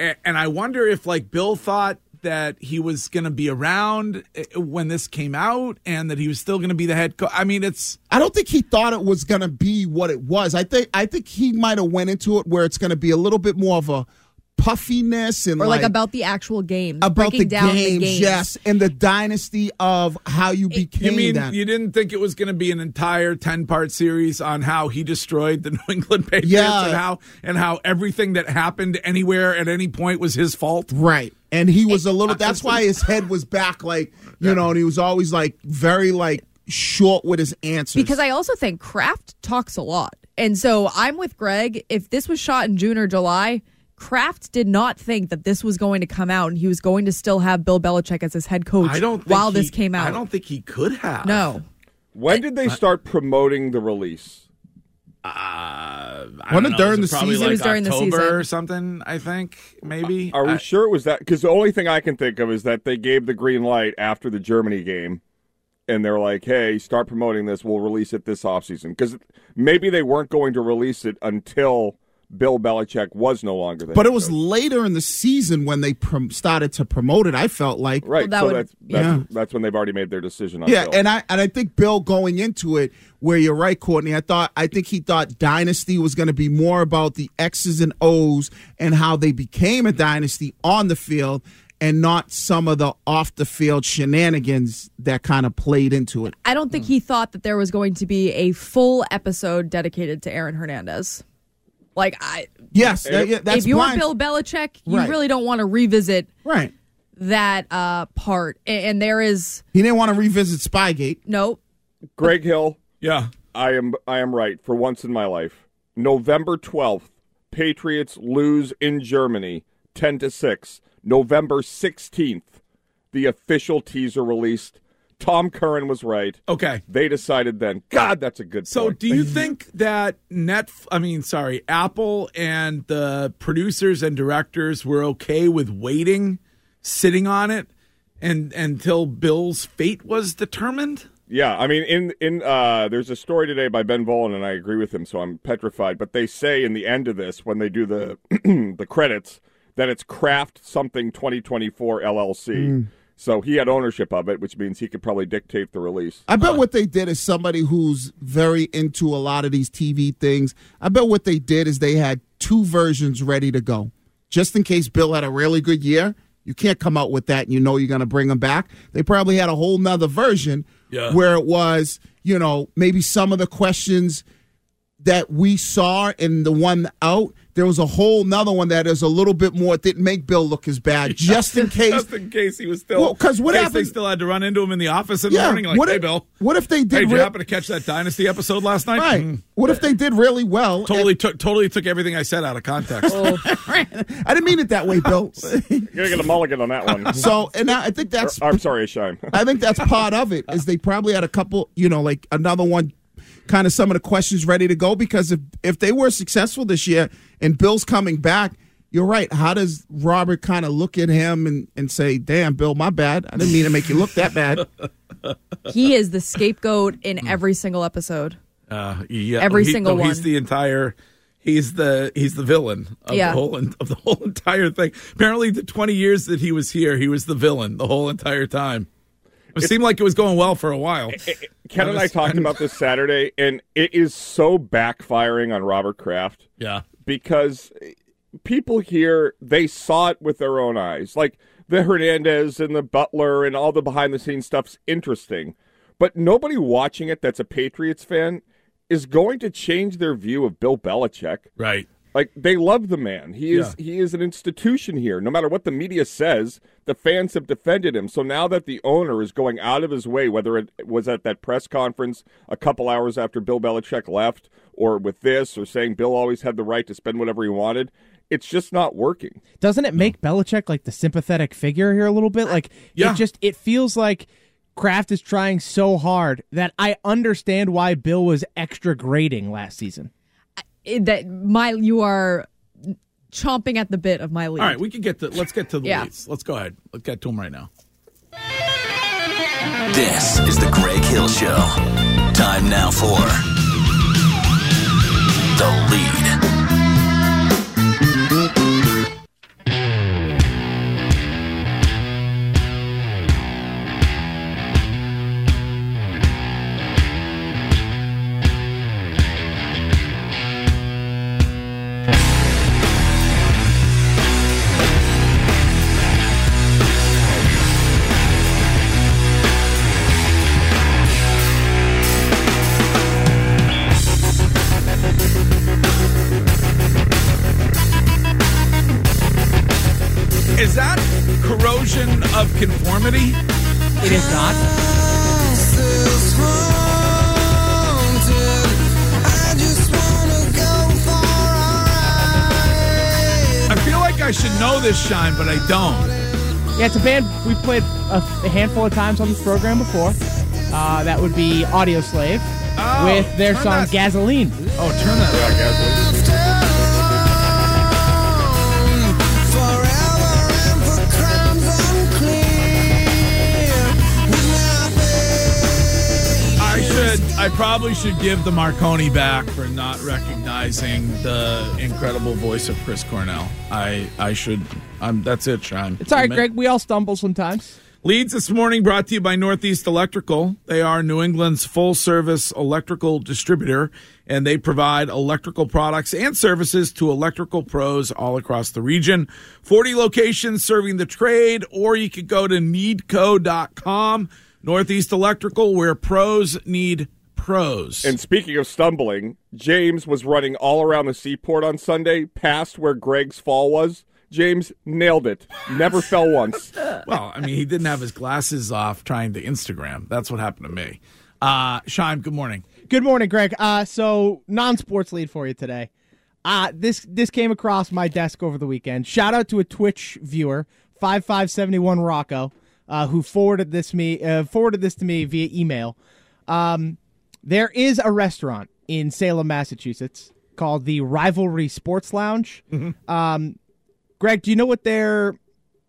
[SPEAKER 5] a- and I wonder if like Bill thought that he was going to be around eh, when this came out and that he was still going to be the head coach. I mean, it's
[SPEAKER 7] I don't think he thought it was going to be what it was. I think I think he might have went into it where it's going to be a little bit more of a puffiness and
[SPEAKER 8] Or like,
[SPEAKER 7] like,
[SPEAKER 8] about the actual games.
[SPEAKER 7] about
[SPEAKER 8] breaking
[SPEAKER 7] the
[SPEAKER 8] down
[SPEAKER 7] games,
[SPEAKER 8] the games.
[SPEAKER 7] yes, and the dynasty of how you
[SPEAKER 5] You
[SPEAKER 7] became
[SPEAKER 5] mean
[SPEAKER 7] that.
[SPEAKER 5] you didn't think it was going to be an entire ten-part series on how he destroyed the <laughs> New England Patriots
[SPEAKER 7] Yeah.
[SPEAKER 5] and how and how everything that happened anywhere at any point was his fault?
[SPEAKER 7] Right. And he was a little. That's why his head was back, like you know, and he was always like very like short with his answers.
[SPEAKER 8] Because I also think Kraft talks a lot. And so I'm with Greg. If this was shot in June or July, Kraft did not think that this was going to come out and he was going to still have Bill Belichick as his head coach
[SPEAKER 9] I don't think
[SPEAKER 8] while this
[SPEAKER 9] he-
[SPEAKER 8] came out.
[SPEAKER 9] I don't
[SPEAKER 5] think he could have.
[SPEAKER 8] No.
[SPEAKER 9] When did they start promoting the release?
[SPEAKER 5] Uh,
[SPEAKER 9] Wasn't it during the
[SPEAKER 5] probably
[SPEAKER 9] season?
[SPEAKER 5] Like
[SPEAKER 9] It was during the
[SPEAKER 5] October
[SPEAKER 9] season.
[SPEAKER 5] or something. I think maybe.
[SPEAKER 9] Are we
[SPEAKER 5] I-
[SPEAKER 9] sure it was that? Because the only thing I can think of is that they gave the green light after the Germany game, and they're like, "Hey, start promoting this. We'll release it this offseason." Because maybe they weren't going to release it until Bill Belichick was no longer there.
[SPEAKER 7] but it was later in the season when they prom- started to promote it. I felt like
[SPEAKER 9] right. so that's that's,
[SPEAKER 7] yeah.
[SPEAKER 9] that's when they've already made their decision. on
[SPEAKER 7] Yeah,
[SPEAKER 9] Bill.
[SPEAKER 7] and I and I think Bill going into it, where you're right, Courtney. I thought I think he thought dynasty was going to be more about the X's and O's and how they became a dynasty on the field, and not some of the off the field shenanigans that kind of played into it.
[SPEAKER 8] I don't
[SPEAKER 7] Hmm.
[SPEAKER 8] think he thought that there was going to be a full episode dedicated to Aaron Hernandez. Like I
[SPEAKER 7] Yes, that- yeah, that's
[SPEAKER 8] if you're
[SPEAKER 7] blind-
[SPEAKER 8] Bill Belichick, you
[SPEAKER 7] Right.
[SPEAKER 8] really don't want to revisit
[SPEAKER 7] right
[SPEAKER 8] that uh, part. A- And there is
[SPEAKER 7] He didn't want to revisit Spygate.
[SPEAKER 8] no
[SPEAKER 9] Greg Hill.
[SPEAKER 5] Yeah.
[SPEAKER 9] I am I am right for once in my life. November 12th, Patriots lose in Germany 10 to 6. November 16th, the official teaser released. Tom Curran was right.
[SPEAKER 5] Okay.
[SPEAKER 9] They decided then. God, that's a good
[SPEAKER 5] So, do you think that net? I mean, sorry, Apple and the producers and directors were okay with waiting, sitting on it, and until Bill's fate was determined?
[SPEAKER 9] Yeah, I mean, in in uh, there's a story today by Ben Vollen, and I agree with him, so I'm petrified. But they say in the end of this, when they do the <clears throat> the credits, that it's Kraft something 2024 LLC.
[SPEAKER 7] Mm.
[SPEAKER 9] So he had ownership of it, which means he could probably dictate the release.
[SPEAKER 7] I bet what they did is somebody who's very into a lot of these TV things. I bet what they did is they had two versions ready to go, just in case Bill had a really good year. You can't come out with that, and you know you're going to bring him back. They probably had a whole nother version
[SPEAKER 15] Yeah.
[SPEAKER 7] where it was, you know, maybe some of the questions that we saw in the one out. There was a whole nother one that is a little bit more. Didn't make Bill look as bad, just
[SPEAKER 5] <laughs>
[SPEAKER 7] in case
[SPEAKER 5] just in case he was still.
[SPEAKER 7] Well, 'cause what
[SPEAKER 5] in case They
[SPEAKER 7] happened-
[SPEAKER 5] still had to run into him in the office in the
[SPEAKER 7] Yeah,
[SPEAKER 5] morning. Like,
[SPEAKER 7] what
[SPEAKER 5] hey,
[SPEAKER 7] if-
[SPEAKER 5] Bill.
[SPEAKER 7] what if they did
[SPEAKER 5] Hey, did you
[SPEAKER 7] re-
[SPEAKER 5] happen to catch that Dynasty episode last night?
[SPEAKER 7] Right.
[SPEAKER 5] Mm.
[SPEAKER 7] What if they did really well?
[SPEAKER 5] Totally took totally took everything I said out of
[SPEAKER 7] <laughs>
[SPEAKER 5] context. <laughs>
[SPEAKER 7] I didn't mean it that way, Bill.
[SPEAKER 9] You're gonna get a mulligan on that one.
[SPEAKER 7] <laughs> So, and I I think that's-
[SPEAKER 9] Or- I'm sorry, Shime.
[SPEAKER 7] I think that's part of it is they probably had a couple, you know, like another one, kind of some of the questions ready to go because if if they were successful this year and Bill's coming back, you're right. How does Robert kind of look at him and and say, "Damn, Bill, my bad. I didn't mean to make you look that
[SPEAKER 8] <laughs>
[SPEAKER 7] bad." <laughs>
[SPEAKER 8] he is the scapegoat
[SPEAKER 7] Hmm.
[SPEAKER 8] in every single episode.
[SPEAKER 5] Uh, yeah,
[SPEAKER 8] Every
[SPEAKER 5] he-
[SPEAKER 8] single
[SPEAKER 5] no, He's
[SPEAKER 8] one.
[SPEAKER 5] the entire. He's the he's the villain of
[SPEAKER 8] Yeah.
[SPEAKER 5] the whole of the whole <laughs> entire thing. Apparently, the twenty years that he was here, he was the villain the whole entire time. It, seemed like it was going well for a while.
[SPEAKER 9] Ken and I talked about this Saturday, and it is so backfiring on Robert Kraft.
[SPEAKER 5] Yeah.
[SPEAKER 9] Because people here, they saw it with their own eyes. Like the Hernandez and the Butler and all the behind the scenes stuff's interesting. But nobody watching it that's a Patriots fan is going to change their view of Bill Belichick.
[SPEAKER 5] Right.
[SPEAKER 9] Like they love the man. He is he is an institution here. No matter what the media says, the fans have defended him. So now that the owner is going out of his way, whether it was at that press conference a couple hours after Bill Belichick left, or with this, or saying Bill always had the right to spend whatever he wanted, it's just not working.
[SPEAKER 10] Doesn't it make Belichick like the sympathetic figure here a little bit? Like
[SPEAKER 9] Yeah.
[SPEAKER 10] it just it feels like Kraft is trying so hard that I understand why Bill was extra grading last season.
[SPEAKER 8] It- that my you are chomping at the bit of my lead.
[SPEAKER 5] All right, we can get to let's get to the
[SPEAKER 8] Yeah.
[SPEAKER 5] leads. Let's go ahead. Let's get to them right now.
[SPEAKER 2] This is the Greg Hill Show. Time now for the lead.
[SPEAKER 5] Is that corrosion of conformity?
[SPEAKER 10] It is not.
[SPEAKER 5] I feel like I should know this, Shine, but I don't.
[SPEAKER 10] Yeah, it's a band we've played a a handful of times on this program before. Uh, that would be Audio Slave with their
[SPEAKER 5] Oh, turn
[SPEAKER 10] song
[SPEAKER 5] that-
[SPEAKER 10] Gasoline.
[SPEAKER 5] Oh, turn that. I should. I probably should give the Marconi back for not recognizing the incredible voice of Chris Cornell. I I should. I'm. That's it, Shine.
[SPEAKER 10] It's all right, Greg. We all stumble sometimes.
[SPEAKER 5] Leads this morning brought to you by Northeast Electrical. They are New England's full service electrical distributor, and they provide electrical products and services to electrical pros all across the region. 40 locations serving the trade, or you could go to E needco.com. Northeast Electrical, where pros need pros.
[SPEAKER 9] And speaking of stumbling, James was running all around the seaport on Sunday, past where Greg's fall was. James nailed it. Never
[SPEAKER 5] <laughs>
[SPEAKER 9] fell
[SPEAKER 10] <laughs>
[SPEAKER 9] once.
[SPEAKER 5] Well, I mean, he didn't have his glasses off trying to Instagram. That's what happened to me. Uh, Shime, good morning.
[SPEAKER 10] Good morning, Greg. Uh, so non-sports lead for you today. Uh, this this came across my desk over the weekend. Shout out to a Twitch viewer, five five seventy one Rocco, uh, who forwarded this me uh, forwarded this to me via email. Um, there is a restaurant in Salem, Massachusetts called the Rivalry Sports Lounge. Um, Greg, do you know what their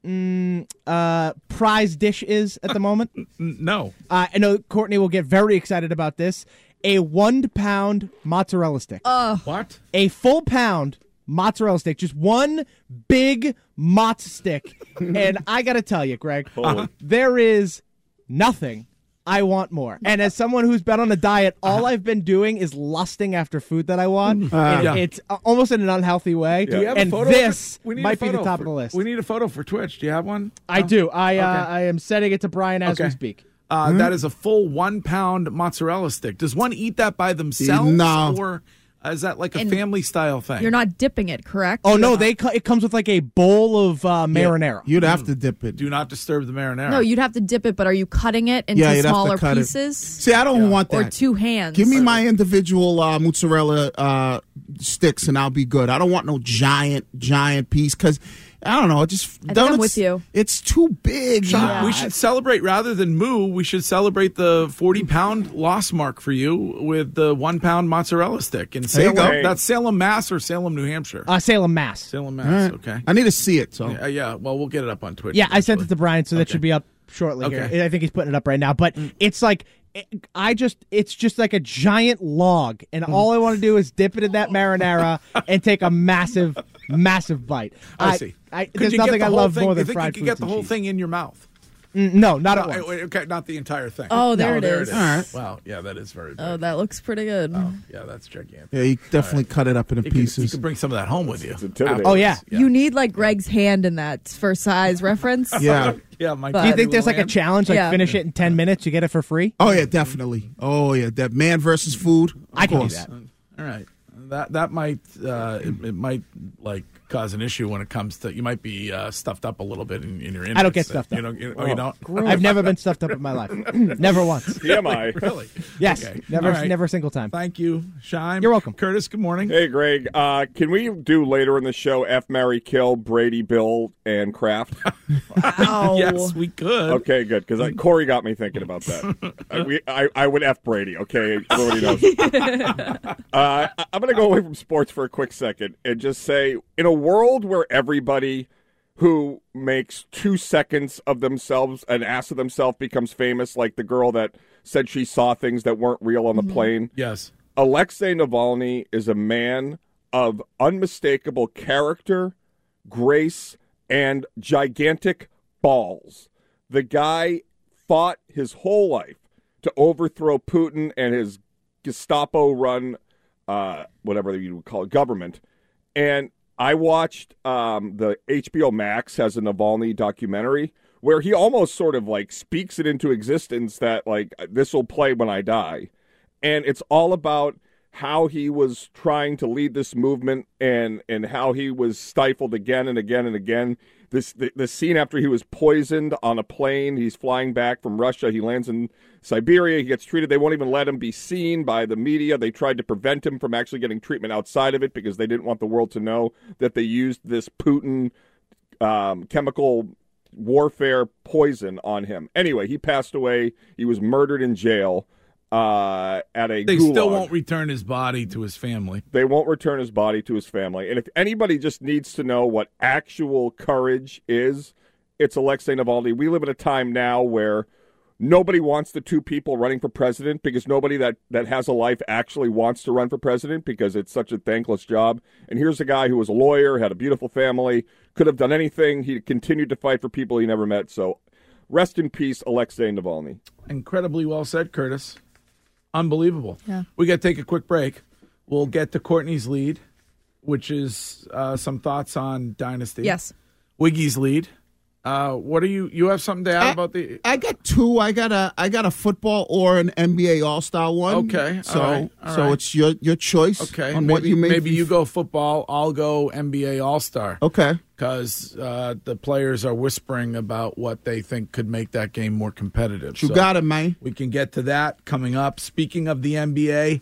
[SPEAKER 10] mm, uh, prize dish is at the
[SPEAKER 5] <laughs>
[SPEAKER 10] moment?
[SPEAKER 5] no.
[SPEAKER 10] Uh, I know Courtney will get very excited about this. A one pound mozzarella stick.
[SPEAKER 8] Uh,
[SPEAKER 5] what?
[SPEAKER 10] A full pound mozzarella stick. Just one big mozz
[SPEAKER 5] <laughs>
[SPEAKER 10] stick. and I got to tell you, Greg,
[SPEAKER 5] Holy.
[SPEAKER 10] there is nothing I want more. And as someone who's been on a diet, all
[SPEAKER 5] Uh-huh.
[SPEAKER 10] I've been doing is lusting after food that I want.
[SPEAKER 5] Uh,
[SPEAKER 10] and
[SPEAKER 5] yeah.
[SPEAKER 10] It's uh, almost in an unhealthy way.
[SPEAKER 5] Do you have
[SPEAKER 10] and
[SPEAKER 5] a photo?
[SPEAKER 10] this
[SPEAKER 5] We need a
[SPEAKER 10] might be the
[SPEAKER 5] photo
[SPEAKER 10] top
[SPEAKER 5] for-
[SPEAKER 10] of the list.
[SPEAKER 5] We need a photo for Twitch. Do you have one?
[SPEAKER 10] I
[SPEAKER 5] No?
[SPEAKER 10] do. I uh,
[SPEAKER 5] Okay.
[SPEAKER 10] I am sending it to Brian as we
[SPEAKER 5] Okay.
[SPEAKER 10] speak.
[SPEAKER 5] Uh,
[SPEAKER 10] Mhm.
[SPEAKER 5] that is a full one pound mozzarella stick. Does one eat that by themselves?
[SPEAKER 10] No.
[SPEAKER 5] Or is that like a
[SPEAKER 8] And
[SPEAKER 5] family style thing?
[SPEAKER 8] You're not dipping it, correct?
[SPEAKER 10] Oh no, they co- it comes with like a bowl of uh,
[SPEAKER 5] Yeah.
[SPEAKER 10] marinara.
[SPEAKER 7] You'd have to dip it.
[SPEAKER 5] Do not disturb the marinara.
[SPEAKER 8] No, you'd have to dip it, but are you cutting it into
[SPEAKER 7] Yeah, you'd have to
[SPEAKER 8] smaller
[SPEAKER 7] cut it.
[SPEAKER 8] pieces?
[SPEAKER 7] See, I don't want
[SPEAKER 8] Or
[SPEAKER 7] that.
[SPEAKER 8] two hands.
[SPEAKER 7] Give me my individual uh, mozzarella uh, sticks and I'll be good. I don't want no giant, giant piece because I don't know. It just
[SPEAKER 8] I think
[SPEAKER 7] donuts-
[SPEAKER 8] I'm with you.
[SPEAKER 7] It's too big.
[SPEAKER 5] Sean,
[SPEAKER 7] Yeah.
[SPEAKER 5] We should celebrate rather than moo. We should celebrate the forty pound loss mark for you with the one pound mozzarella stick in
[SPEAKER 7] There you
[SPEAKER 5] Salem.
[SPEAKER 7] go.
[SPEAKER 5] That's Salem, Mass, or Salem, New Hampshire.
[SPEAKER 10] Uh, Salem, Mass.
[SPEAKER 5] Salem,
[SPEAKER 10] All
[SPEAKER 5] Mass.
[SPEAKER 10] right.
[SPEAKER 5] Okay.
[SPEAKER 7] I need to see it. So
[SPEAKER 5] Yeah, yeah, well, we'll get it up on Twitch.
[SPEAKER 10] Yeah, I sent it to Brian, so that should be up shortly.
[SPEAKER 5] Okay. Mm.
[SPEAKER 10] Here. I think he's putting it up right now. But it's like it- I just it's just like a giant log, and all I want to do is dip it in that
[SPEAKER 5] <laughs>
[SPEAKER 10] marinara and take a massive, massive bite.
[SPEAKER 5] I see.
[SPEAKER 10] I,
[SPEAKER 5] Could
[SPEAKER 10] there's
[SPEAKER 5] you get
[SPEAKER 10] nothing
[SPEAKER 5] the
[SPEAKER 10] I
[SPEAKER 5] whole
[SPEAKER 10] love
[SPEAKER 5] thing?
[SPEAKER 10] more
[SPEAKER 5] You
[SPEAKER 10] than
[SPEAKER 5] think
[SPEAKER 10] fried
[SPEAKER 5] you could get
[SPEAKER 10] foods
[SPEAKER 5] the
[SPEAKER 10] and
[SPEAKER 5] whole
[SPEAKER 10] cheese.
[SPEAKER 5] thing in your mouth.
[SPEAKER 10] Mm, no, not at
[SPEAKER 5] No,
[SPEAKER 10] once.
[SPEAKER 5] wait, okay, not the entire thing.
[SPEAKER 8] Oh, there
[SPEAKER 5] no,
[SPEAKER 8] it
[SPEAKER 5] there
[SPEAKER 8] is.
[SPEAKER 5] it is.
[SPEAKER 8] All right.
[SPEAKER 5] Wow, yeah, that is very.
[SPEAKER 8] Oh, that looks pretty good.
[SPEAKER 5] Yeah, that's gigantic.
[SPEAKER 7] Yeah, you definitely cut it up into
[SPEAKER 5] You could, you
[SPEAKER 7] pieces.
[SPEAKER 5] could bring some of that home with you.
[SPEAKER 7] Oh, yeah.
[SPEAKER 8] You need like Greg's hand in that for
[SPEAKER 7] <laughs>
[SPEAKER 8] size reference.
[SPEAKER 5] <laughs> yeah. My
[SPEAKER 10] Do you think there's like a challenge, like
[SPEAKER 8] Yeah.
[SPEAKER 10] finish it in ten minutes, you get it for free?
[SPEAKER 7] Oh yeah, definitely. Oh yeah, that man versus food. Of
[SPEAKER 10] I can do
[SPEAKER 7] course.
[SPEAKER 10] that.
[SPEAKER 5] All right, that that might uh, it, it might like cause an issue when it comes to you might be uh, stuffed up a little bit in, in your. Index
[SPEAKER 10] I don't get stuffed
[SPEAKER 5] You
[SPEAKER 10] up.
[SPEAKER 5] don't. You, oh, you don't.
[SPEAKER 10] I've never been stuffed up in my
[SPEAKER 5] <laughs>
[SPEAKER 10] life. never once.
[SPEAKER 9] TMI.
[SPEAKER 5] Really?
[SPEAKER 10] Yes.
[SPEAKER 5] Okay.
[SPEAKER 10] Never.
[SPEAKER 5] All right.
[SPEAKER 10] Never a single time.
[SPEAKER 5] Thank you, Shime.
[SPEAKER 10] You're welcome.
[SPEAKER 5] Curtis. Good morning.
[SPEAKER 9] Hey, Greg. Uh, can we do later in the show F, Mary, Kill, Brady, Bill, and Kraft?
[SPEAKER 5] yes, we could.
[SPEAKER 9] Okay, good. Because Corey got me thinking about
[SPEAKER 5] <laughs>
[SPEAKER 9] that. I, we, I, I would F Brady, okay? Everybody knows. Uh, I- I'm going to go away from sports for a quick second and just say in a world where everybody who makes two seconds of themselves, an ass of themselves, becomes famous, like the girl that said she saw things that weren't real on the plane.
[SPEAKER 5] Mm-hmm. Yes.
[SPEAKER 9] Alexei Navalny is a man of unmistakable character, grace, and gigantic balls. The guy fought his whole life to overthrow Putin and his Gestapo run, uh, whatever you would call it, government. And I watched um, the HBO Max has a Navalny documentary where he almost sort of like speaks it into existence that like this will play when I die and it's all about how he was trying to lead this movement and and how he was stifled again and again and again this the, the scene after he was poisoned on a plane he's flying back from russia he lands in siberia he gets treated they won't even let him be seen by the media they tried to prevent him from actually getting treatment outside of it because they didn't want the world to know that they used this putin um, chemical warfare poison on him. Anyway, he passed away. He was murdered in jail uh, at a.
[SPEAKER 5] They
[SPEAKER 9] gulag.
[SPEAKER 5] still won't return his body to his family.
[SPEAKER 9] They won't return his body to his family. And if anybody just needs to know what actual courage is, it's Alexei Navalny. We live in a time now where nobody wants the two people running for president because nobody that, that has a life actually wants to run for president because it's such a thankless job. And here's a guy who was a lawyer, had a beautiful family, could have done anything. He continued to fight for people he never met. So rest in peace, Alexei Navalny.
[SPEAKER 5] Incredibly well said, Curtis. Unbelievable.
[SPEAKER 8] Yeah.
[SPEAKER 5] We got to take a quick break. We'll get to Courtney's lead, which is uh, some thoughts on Dynasty.
[SPEAKER 8] Yes.
[SPEAKER 5] Wiggy's lead. Uh, what are you? You have something to
[SPEAKER 7] Uh,
[SPEAKER 5] add about the?
[SPEAKER 7] I got two. I got a I got a football or an NBA All Star one.
[SPEAKER 5] Okay, all
[SPEAKER 7] so
[SPEAKER 5] right, all
[SPEAKER 7] so
[SPEAKER 5] right.
[SPEAKER 7] it's your your choice
[SPEAKER 5] Okay.
[SPEAKER 7] on
[SPEAKER 5] maybe,
[SPEAKER 7] what you make.
[SPEAKER 5] Maybe you go football. I'll go NBA All Star.
[SPEAKER 7] Okay.
[SPEAKER 5] Because uh, the players are whispering about what they think could make that game more competitive.
[SPEAKER 7] You got it, man.
[SPEAKER 5] We can get to that coming up. Speaking of the NBA,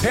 [SPEAKER 16] Hey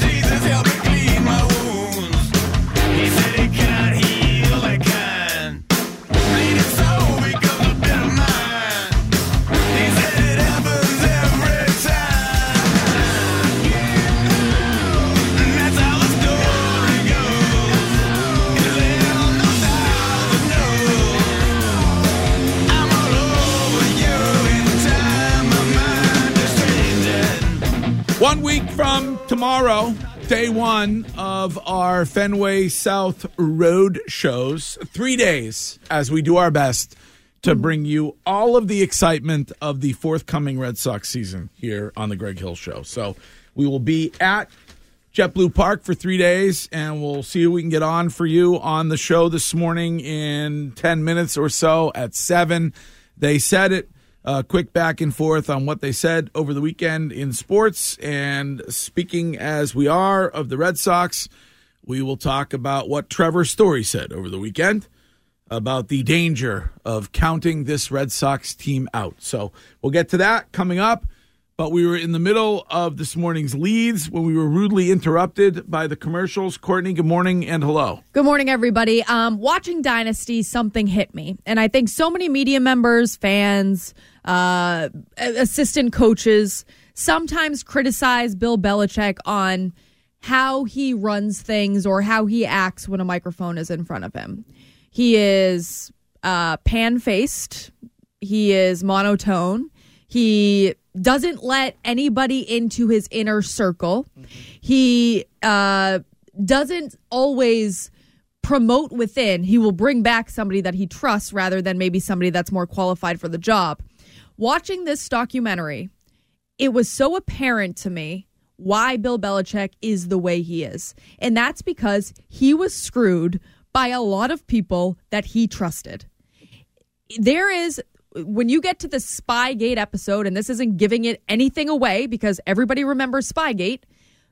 [SPEAKER 3] Jesus, help me clean my wounds. He said it cannot heal, it can.
[SPEAKER 5] tomorrow, day one of our Fenway South Road shows. Three days as we do our best to bring you all of the excitement of the forthcoming Red Sox season here on the Greg Hill Show. So we will be at JetBlue Park for three days, and we'll see who we can get on for you on the show this morning in 10 minutes or so at 7. They said it. Uh, quick back and forth on what they said over the weekend in sports. And speaking as we are of the Red Sox, we will talk about what Trevor Story said over the weekend about the danger of counting this Red Sox team out. So we'll get to that coming up. But we were in the middle of this morning's leads when we were rudely interrupted by the commercials. Courtney, good morning and hello.
[SPEAKER 8] Good morning, everybody. Um, watching Dynasty, something hit me. And I think so many media members, fans, uh, assistant coaches sometimes criticize Bill Belichick on how he runs things or how he acts when a microphone is in front of him. He is uh, pan faced, he is monotone, he doesn't let anybody into his inner circle. He uh, doesn't always promote within. He will bring back somebody that he trusts rather than maybe somebody that's more qualified for the job. Watching this documentary, it was so apparent to me why Bill Belichick is the way he is. And that's because he was screwed by a lot of people that he trusted. There is when you get to the Spygate episode, and this isn't giving it anything away because everybody remembers Spygate,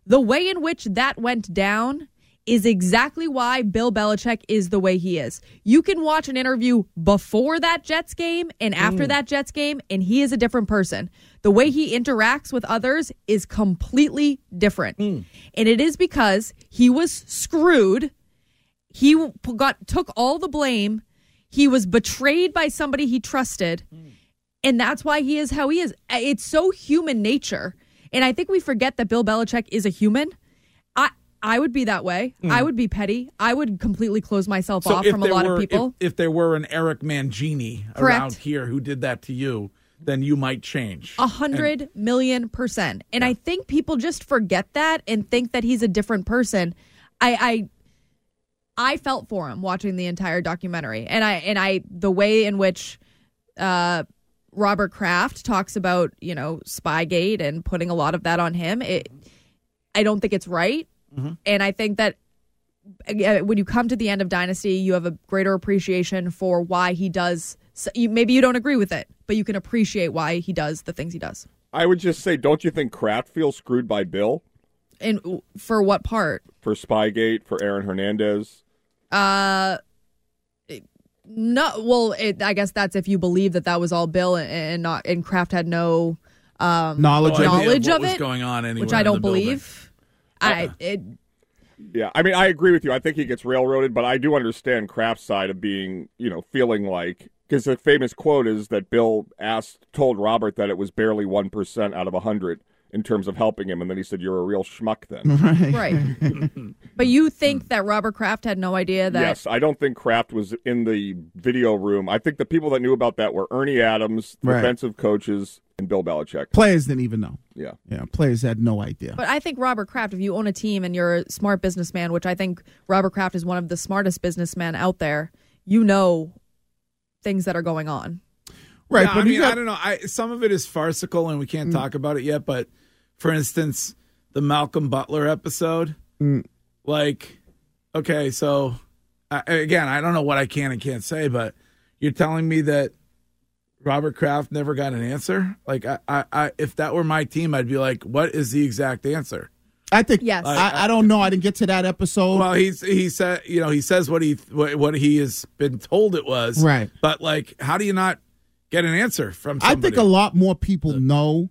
[SPEAKER 8] the way in which that went down is exactly why Bill Belichick is the way he is. You can watch an interview before that Jets game and after that Jets game, and he is a different person. The way he interacts with others is completely different. And it is because he was screwed. He w- got took all the blame. He was betrayed by somebody he trusted. And that's why he is how he is. It's so human nature. And I think we forget that Bill Belichick is a human. I I would be that way.
[SPEAKER 5] Mm.
[SPEAKER 8] I would be petty. I would completely close myself
[SPEAKER 5] So
[SPEAKER 8] off
[SPEAKER 5] if
[SPEAKER 8] from a
[SPEAKER 5] there
[SPEAKER 8] lot
[SPEAKER 5] were-
[SPEAKER 8] of
[SPEAKER 5] if-
[SPEAKER 8] people.
[SPEAKER 5] If, there were an Eric Mangini
[SPEAKER 8] Correct.
[SPEAKER 5] around here who did that to you, then you might change.
[SPEAKER 8] A hundred million percent. And I think people just forget that and think that he's a different person. I, I I felt for him watching the entire documentary. And I and I the way in which uh Robert Kraft talks about, you know, Spygate and putting a lot of that on him, it I don't think it's right.
[SPEAKER 7] Mm-hmm.
[SPEAKER 8] And I think that uh, when you come to the end of Dynasty, you have a greater appreciation for why he does. so- you- Maybe you don't agree with it, but you can appreciate why he does the things he does.
[SPEAKER 9] I would just say, don't you think Kraft feels screwed by Bill
[SPEAKER 8] And w- for what part?
[SPEAKER 9] for Spygate, for Aaron Hernandez?
[SPEAKER 8] Uh, it- no. Well, it, I guess that's if you believe that that was all Bill and, and not and Kraft had no um,
[SPEAKER 9] Knowledge of-
[SPEAKER 8] knowledge
[SPEAKER 9] What
[SPEAKER 8] of
[SPEAKER 9] was
[SPEAKER 8] it
[SPEAKER 9] going on
[SPEAKER 8] which
[SPEAKER 9] anywhere
[SPEAKER 8] I
[SPEAKER 9] in
[SPEAKER 8] don't
[SPEAKER 9] the building.
[SPEAKER 8] believe. I
[SPEAKER 9] <laughs>
[SPEAKER 8] it,
[SPEAKER 9] Yeah, I mean, I agree with you. I think he gets railroaded, but I do understand Kraft's side of being, you know, feeling like because the famous quote is that Bill asked, told Robert that it was barely one percent out of a hundred in terms of helping him, and then he said, "You're a real schmuck." Then, <laughs>
[SPEAKER 8] <laughs> right. but you think that Robert Kraft had no idea that
[SPEAKER 9] yes, I don't think Kraft was in the video room. I think the people that knew about that were Ernie Adams,
[SPEAKER 7] Right.
[SPEAKER 9] defensive coaches, and Bill Belichick.
[SPEAKER 7] Players didn't even know.
[SPEAKER 9] Yeah.
[SPEAKER 7] Yeah. Players had no idea.
[SPEAKER 8] But I think Robert Kraft, if you own a team and you're a smart businessman, which I think Robert Kraft is one of the smartest businessmen out there, you know things that are going on.
[SPEAKER 5] Right. I
[SPEAKER 8] but you
[SPEAKER 5] mean,
[SPEAKER 8] got-
[SPEAKER 5] I don't know. I, some of it is farcical and we
[SPEAKER 8] Mm.
[SPEAKER 5] can't talk about it yet. But for instance, the Malcolm Butler episode,
[SPEAKER 7] Mm.
[SPEAKER 5] like, okay, so I, again, I don't know what I can and can't say, but you're telling me that Robert Kraft never got an answer? Like, I, I, I if that were my team, I'd be like, what is the exact answer?
[SPEAKER 7] I think.
[SPEAKER 8] Yes.
[SPEAKER 7] I, I don't know. I didn't get to that episode.
[SPEAKER 5] Well, he's he said you know he says what he what what he has been told it was
[SPEAKER 7] Right.
[SPEAKER 5] But like, how do you not get an answer from?
[SPEAKER 7] I think
[SPEAKER 5] Somebody?
[SPEAKER 7] a lot more people know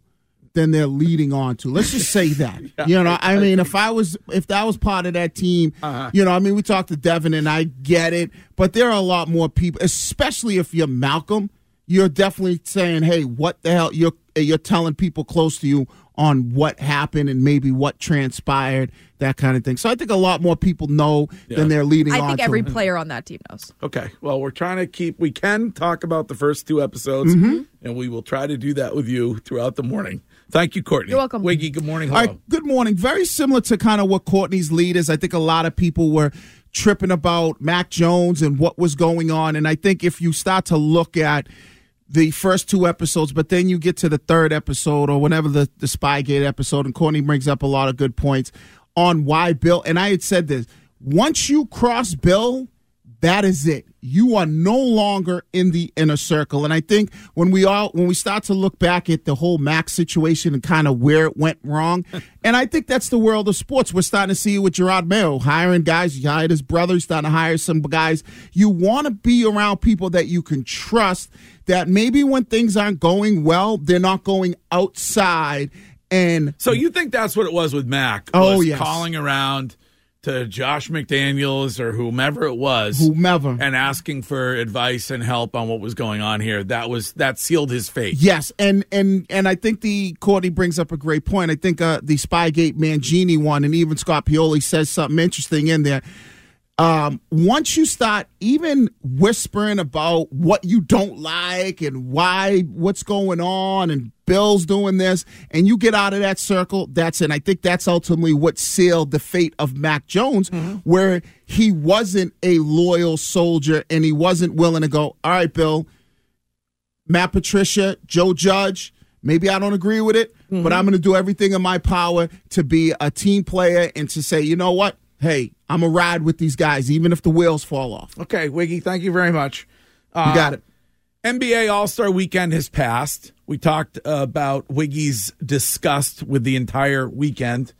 [SPEAKER 7] than they're leading on to. Let's just say
[SPEAKER 5] <laughs>
[SPEAKER 7] that. you know, I, mean, if I was if that was part of that team,
[SPEAKER 5] Uh-huh.
[SPEAKER 7] you know, I mean, we talked to Devin and I get it, but there are a lot more people, especially if you're Malcolm, you're definitely saying, "Hey, what the hell you're you're telling people close to you on what happened and maybe what transpired, that kind of thing." So I think a lot more people know than they're leading
[SPEAKER 8] I
[SPEAKER 7] on
[SPEAKER 8] think
[SPEAKER 7] to. Mm-hmm.
[SPEAKER 8] every player on that team knows.
[SPEAKER 5] Okay. Well, we're trying to keep,
[SPEAKER 7] Mm-hmm.
[SPEAKER 5] we can talk about the first two episodes, and we will try to do that with you throughout the morning Thank you, Courtney.
[SPEAKER 7] You're welcome.
[SPEAKER 5] Wiggy, good morning.
[SPEAKER 7] All right, good morning. Very similar to kind of what Courtney's lead is. I think a lot of people were tripping about Mac Jones and what was going on. And I think if you start to look at the first two episodes, but then you get to the third episode or whenever the, the Spygate episode, and Courtney brings up a lot of good points on why Bill, and I had said this once you cross Bill, that is it. You are no longer in the inner circle. And I think when we all when we start to look back at the whole Max situation and kind of where it went wrong, and I think that's the world of sports. We're starting to see it with Gerard Mayo hiring guys. He hired his brother. He's starting to hire some guys. You want to be around people that you can trust. That maybe when things aren't going well, they're not going outside and
[SPEAKER 5] So you think that's what it was with Mac?
[SPEAKER 7] Oh,
[SPEAKER 5] was
[SPEAKER 7] yes.
[SPEAKER 5] calling around to Josh McDaniels or whomever it was,
[SPEAKER 7] Whomever.
[SPEAKER 5] and asking for advice and help on what was going on here. That was that sealed his fate.
[SPEAKER 7] Yes, and and and I think the Courtney brings up a great point. I think uh, the Spygate Mangini one, and even Scott Pioli says something interesting in there. Um, once you start even whispering about what you don't like and why what's going on and Bill's doing this, and you get out of that circle, that's it. And I think that's ultimately what sealed the fate of Mac Jones, where he wasn't a loyal soldier and he wasn't willing to go, all right, Bill, Matt Patricia, Joe Judge. Maybe I don't agree with it,
[SPEAKER 5] Mm-hmm.
[SPEAKER 7] but I'm going to do everything in my power to be a team player and to say, you know what? Hey, I'm going to ride with these guys, even if the wheels fall off.
[SPEAKER 5] Okay, Wiggy, thank you very much. Uh,
[SPEAKER 7] you got it.
[SPEAKER 5] NBA All Star Weekend has passed. We talked about Wiggy's disgust with the entire weekend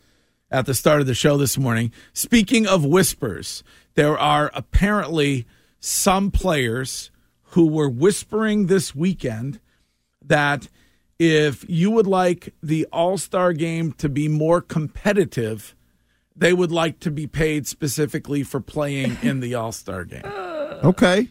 [SPEAKER 5] at the start of the show this morning. Speaking of whispers, there are apparently some players who were whispering this weekend that if you would like the All Star game to be more competitive, they would like to be paid specifically for playing in the All Star game.
[SPEAKER 7] Okay.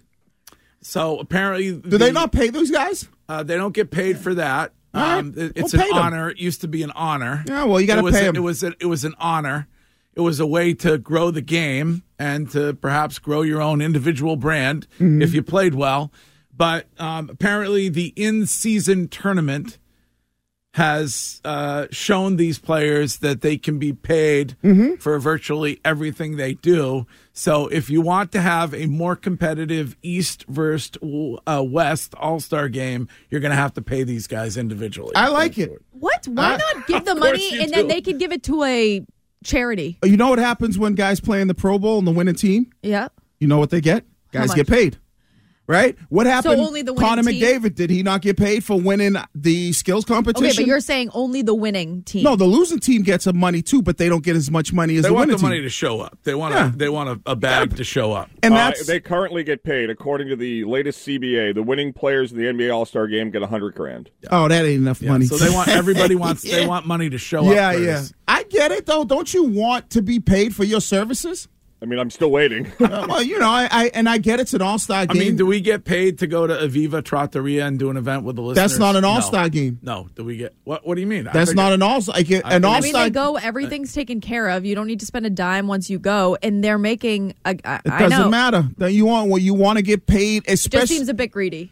[SPEAKER 5] So apparently, do
[SPEAKER 7] they not pay those guys?
[SPEAKER 5] Uh, they don't get paid for that. Um, it- it's
[SPEAKER 7] Well,
[SPEAKER 5] an
[SPEAKER 7] pay them.
[SPEAKER 5] honor. It used to be an honor.
[SPEAKER 7] Yeah, well, you gotta
[SPEAKER 5] It was
[SPEAKER 7] pay
[SPEAKER 5] a-
[SPEAKER 7] 'em.
[SPEAKER 5] It was a, it was an honor. It was a way to grow the game and to perhaps grow your own individual brand
[SPEAKER 7] Mm-hmm.
[SPEAKER 17] Mhm.
[SPEAKER 5] if you played well. But um, apparently, the in-season tournament has uh, shown these players that they can be paid
[SPEAKER 7] Mm-hmm.
[SPEAKER 5] for virtually everything they do. So, if you want to have a more competitive East versus uh, West All Star game, you're going to have to pay these guys individually.
[SPEAKER 7] I like it.
[SPEAKER 8] What? Why not give
[SPEAKER 5] <laughs>
[SPEAKER 8] the
[SPEAKER 5] of course
[SPEAKER 8] money
[SPEAKER 5] you
[SPEAKER 8] and then
[SPEAKER 5] do.
[SPEAKER 8] they can give it to a charity?
[SPEAKER 7] Uh, You know what happens when guys play in the Pro Bowl and the winning team?
[SPEAKER 8] Yeah.
[SPEAKER 7] You know what they get?
[SPEAKER 8] How
[SPEAKER 7] Guys
[SPEAKER 8] much?
[SPEAKER 7] get paid. Right? What happened?
[SPEAKER 8] only the winning
[SPEAKER 7] Connor
[SPEAKER 8] team?
[SPEAKER 7] McDavid, did he not get paid for winning the skills competition?
[SPEAKER 8] Okay, but you're saying only the winning team.
[SPEAKER 7] no, the losing team gets some money too, but they don't get as much money as
[SPEAKER 5] They
[SPEAKER 7] the
[SPEAKER 5] want
[SPEAKER 7] winning
[SPEAKER 5] the
[SPEAKER 7] team.
[SPEAKER 5] money to show up. They want
[SPEAKER 7] Yeah.
[SPEAKER 5] a, they want a, a bag to show up.
[SPEAKER 7] And
[SPEAKER 9] Uh,
[SPEAKER 7] that's-
[SPEAKER 9] they currently get paid according to the latest CBA. The winning players in the NBA All Star Game get a hundred grand.
[SPEAKER 7] Oh, that ain't enough money.
[SPEAKER 5] So they
[SPEAKER 7] <laughs>
[SPEAKER 5] want everybody wants they want money to show
[SPEAKER 7] yeah,
[SPEAKER 5] up. for
[SPEAKER 7] yeah.
[SPEAKER 5] this.
[SPEAKER 7] I get it though. Don't you want to be paid for your services? Uh,
[SPEAKER 9] I mean, I'm still waiting.
[SPEAKER 5] <laughs>
[SPEAKER 7] well, you know, I, I and I get it's an all star
[SPEAKER 5] I
[SPEAKER 7] game.
[SPEAKER 5] mean, do we get paid to go to Aviva Trattoria and do an event with the listeners?
[SPEAKER 7] That's not an
[SPEAKER 5] No.
[SPEAKER 7] all-star game.
[SPEAKER 5] No. Do we get what? What do you mean? I
[SPEAKER 7] That's
[SPEAKER 5] figured-
[SPEAKER 7] not an all star.
[SPEAKER 5] I
[SPEAKER 7] An
[SPEAKER 5] figured-
[SPEAKER 7] all
[SPEAKER 8] I mean,
[SPEAKER 7] star.
[SPEAKER 8] they go. Everything's taken care of. You don't need to spend a dime once you go, and they're making. A, I,
[SPEAKER 7] It
[SPEAKER 8] I
[SPEAKER 7] doesn't
[SPEAKER 8] know.
[SPEAKER 7] matter. That you want what you want to get paid,
[SPEAKER 8] Just
[SPEAKER 7] especially.
[SPEAKER 8] seems a bit greedy.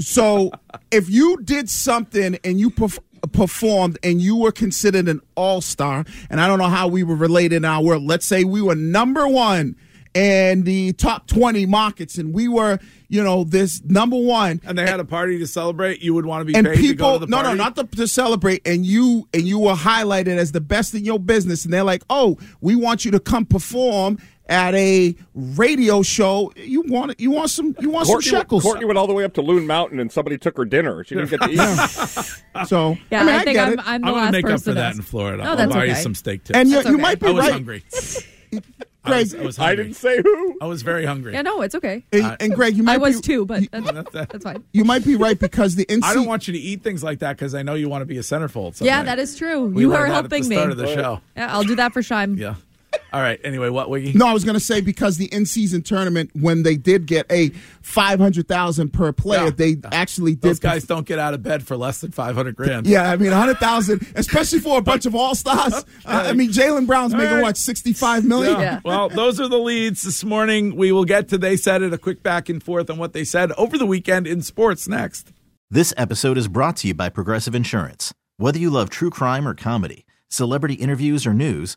[SPEAKER 7] So if you did something and you perf- performed and you were considered an all star, and I don't know how we were related in our world, let's say we were number one in the top 20 markets and we were, you know, this number one.
[SPEAKER 5] And they had a party to celebrate. You would want to be
[SPEAKER 7] and
[SPEAKER 5] paid to go
[SPEAKER 7] people,
[SPEAKER 5] to the
[SPEAKER 7] no,
[SPEAKER 5] party.
[SPEAKER 7] no, not to, to celebrate. And you and you were highlighted as the best in your business, and they're like, "Oh, we want you to come perform at a radio show. You want you want some you want
[SPEAKER 9] Courtney,
[SPEAKER 7] some shekels."
[SPEAKER 9] Courtney went all the way up to Loon Mountain, and somebody took her dinner. She didn't
[SPEAKER 7] <laughs>
[SPEAKER 9] get to eat.
[SPEAKER 7] So
[SPEAKER 8] Yeah,
[SPEAKER 7] I, mean,
[SPEAKER 8] I
[SPEAKER 7] I
[SPEAKER 8] think
[SPEAKER 7] get it.
[SPEAKER 8] I'm- I'm the I'm gonna last make up person for that that's-
[SPEAKER 5] in Florida.
[SPEAKER 8] No, I'll that's buy you okay.
[SPEAKER 5] some steak tips.
[SPEAKER 7] And you,
[SPEAKER 8] That's
[SPEAKER 7] you
[SPEAKER 8] okay.
[SPEAKER 7] might be
[SPEAKER 5] I was
[SPEAKER 7] right. <laughs>
[SPEAKER 5] hungry. I
[SPEAKER 7] Greg,
[SPEAKER 5] was, I was hungry.
[SPEAKER 9] didn't say who.
[SPEAKER 5] I was very hungry.
[SPEAKER 8] Yeah, no, it's okay.
[SPEAKER 7] And- and Greg, you might
[SPEAKER 8] I was
[SPEAKER 7] be-
[SPEAKER 8] too, but that's, that's fine.
[SPEAKER 7] you might be right because the NC
[SPEAKER 5] I don't want you to eat things like that because I know you want to be a centerfold. Someday.
[SPEAKER 8] Yeah, that is true.
[SPEAKER 5] We
[SPEAKER 8] you
[SPEAKER 5] learned
[SPEAKER 8] are
[SPEAKER 5] that at the
[SPEAKER 8] helping me.
[SPEAKER 5] start of the show.
[SPEAKER 8] Yeah, I'll do that for Shime.
[SPEAKER 5] Yeah. All right. Anyway, what Wiggy?
[SPEAKER 7] No, I was going to say because the in-season tournament, when they did get a five hundred thousand per player, they actually did.
[SPEAKER 5] Those guys don't get out of bed for less than five hundred grand.
[SPEAKER 7] Yeah, I mean, hundred thousand, especially for a bunch of all
[SPEAKER 5] <laughs>
[SPEAKER 7] stars. I mean, Jalen Brown's
[SPEAKER 5] All
[SPEAKER 7] making
[SPEAKER 5] right.
[SPEAKER 7] what sixty-five million.
[SPEAKER 5] Well, those are the leads this morning. We will get to they said it a quick back and forth on what they said over the weekend in sports next.
[SPEAKER 18] This episode is brought to you by Progressive Insurance. Whether you love true crime or comedy, celebrity interviews or news,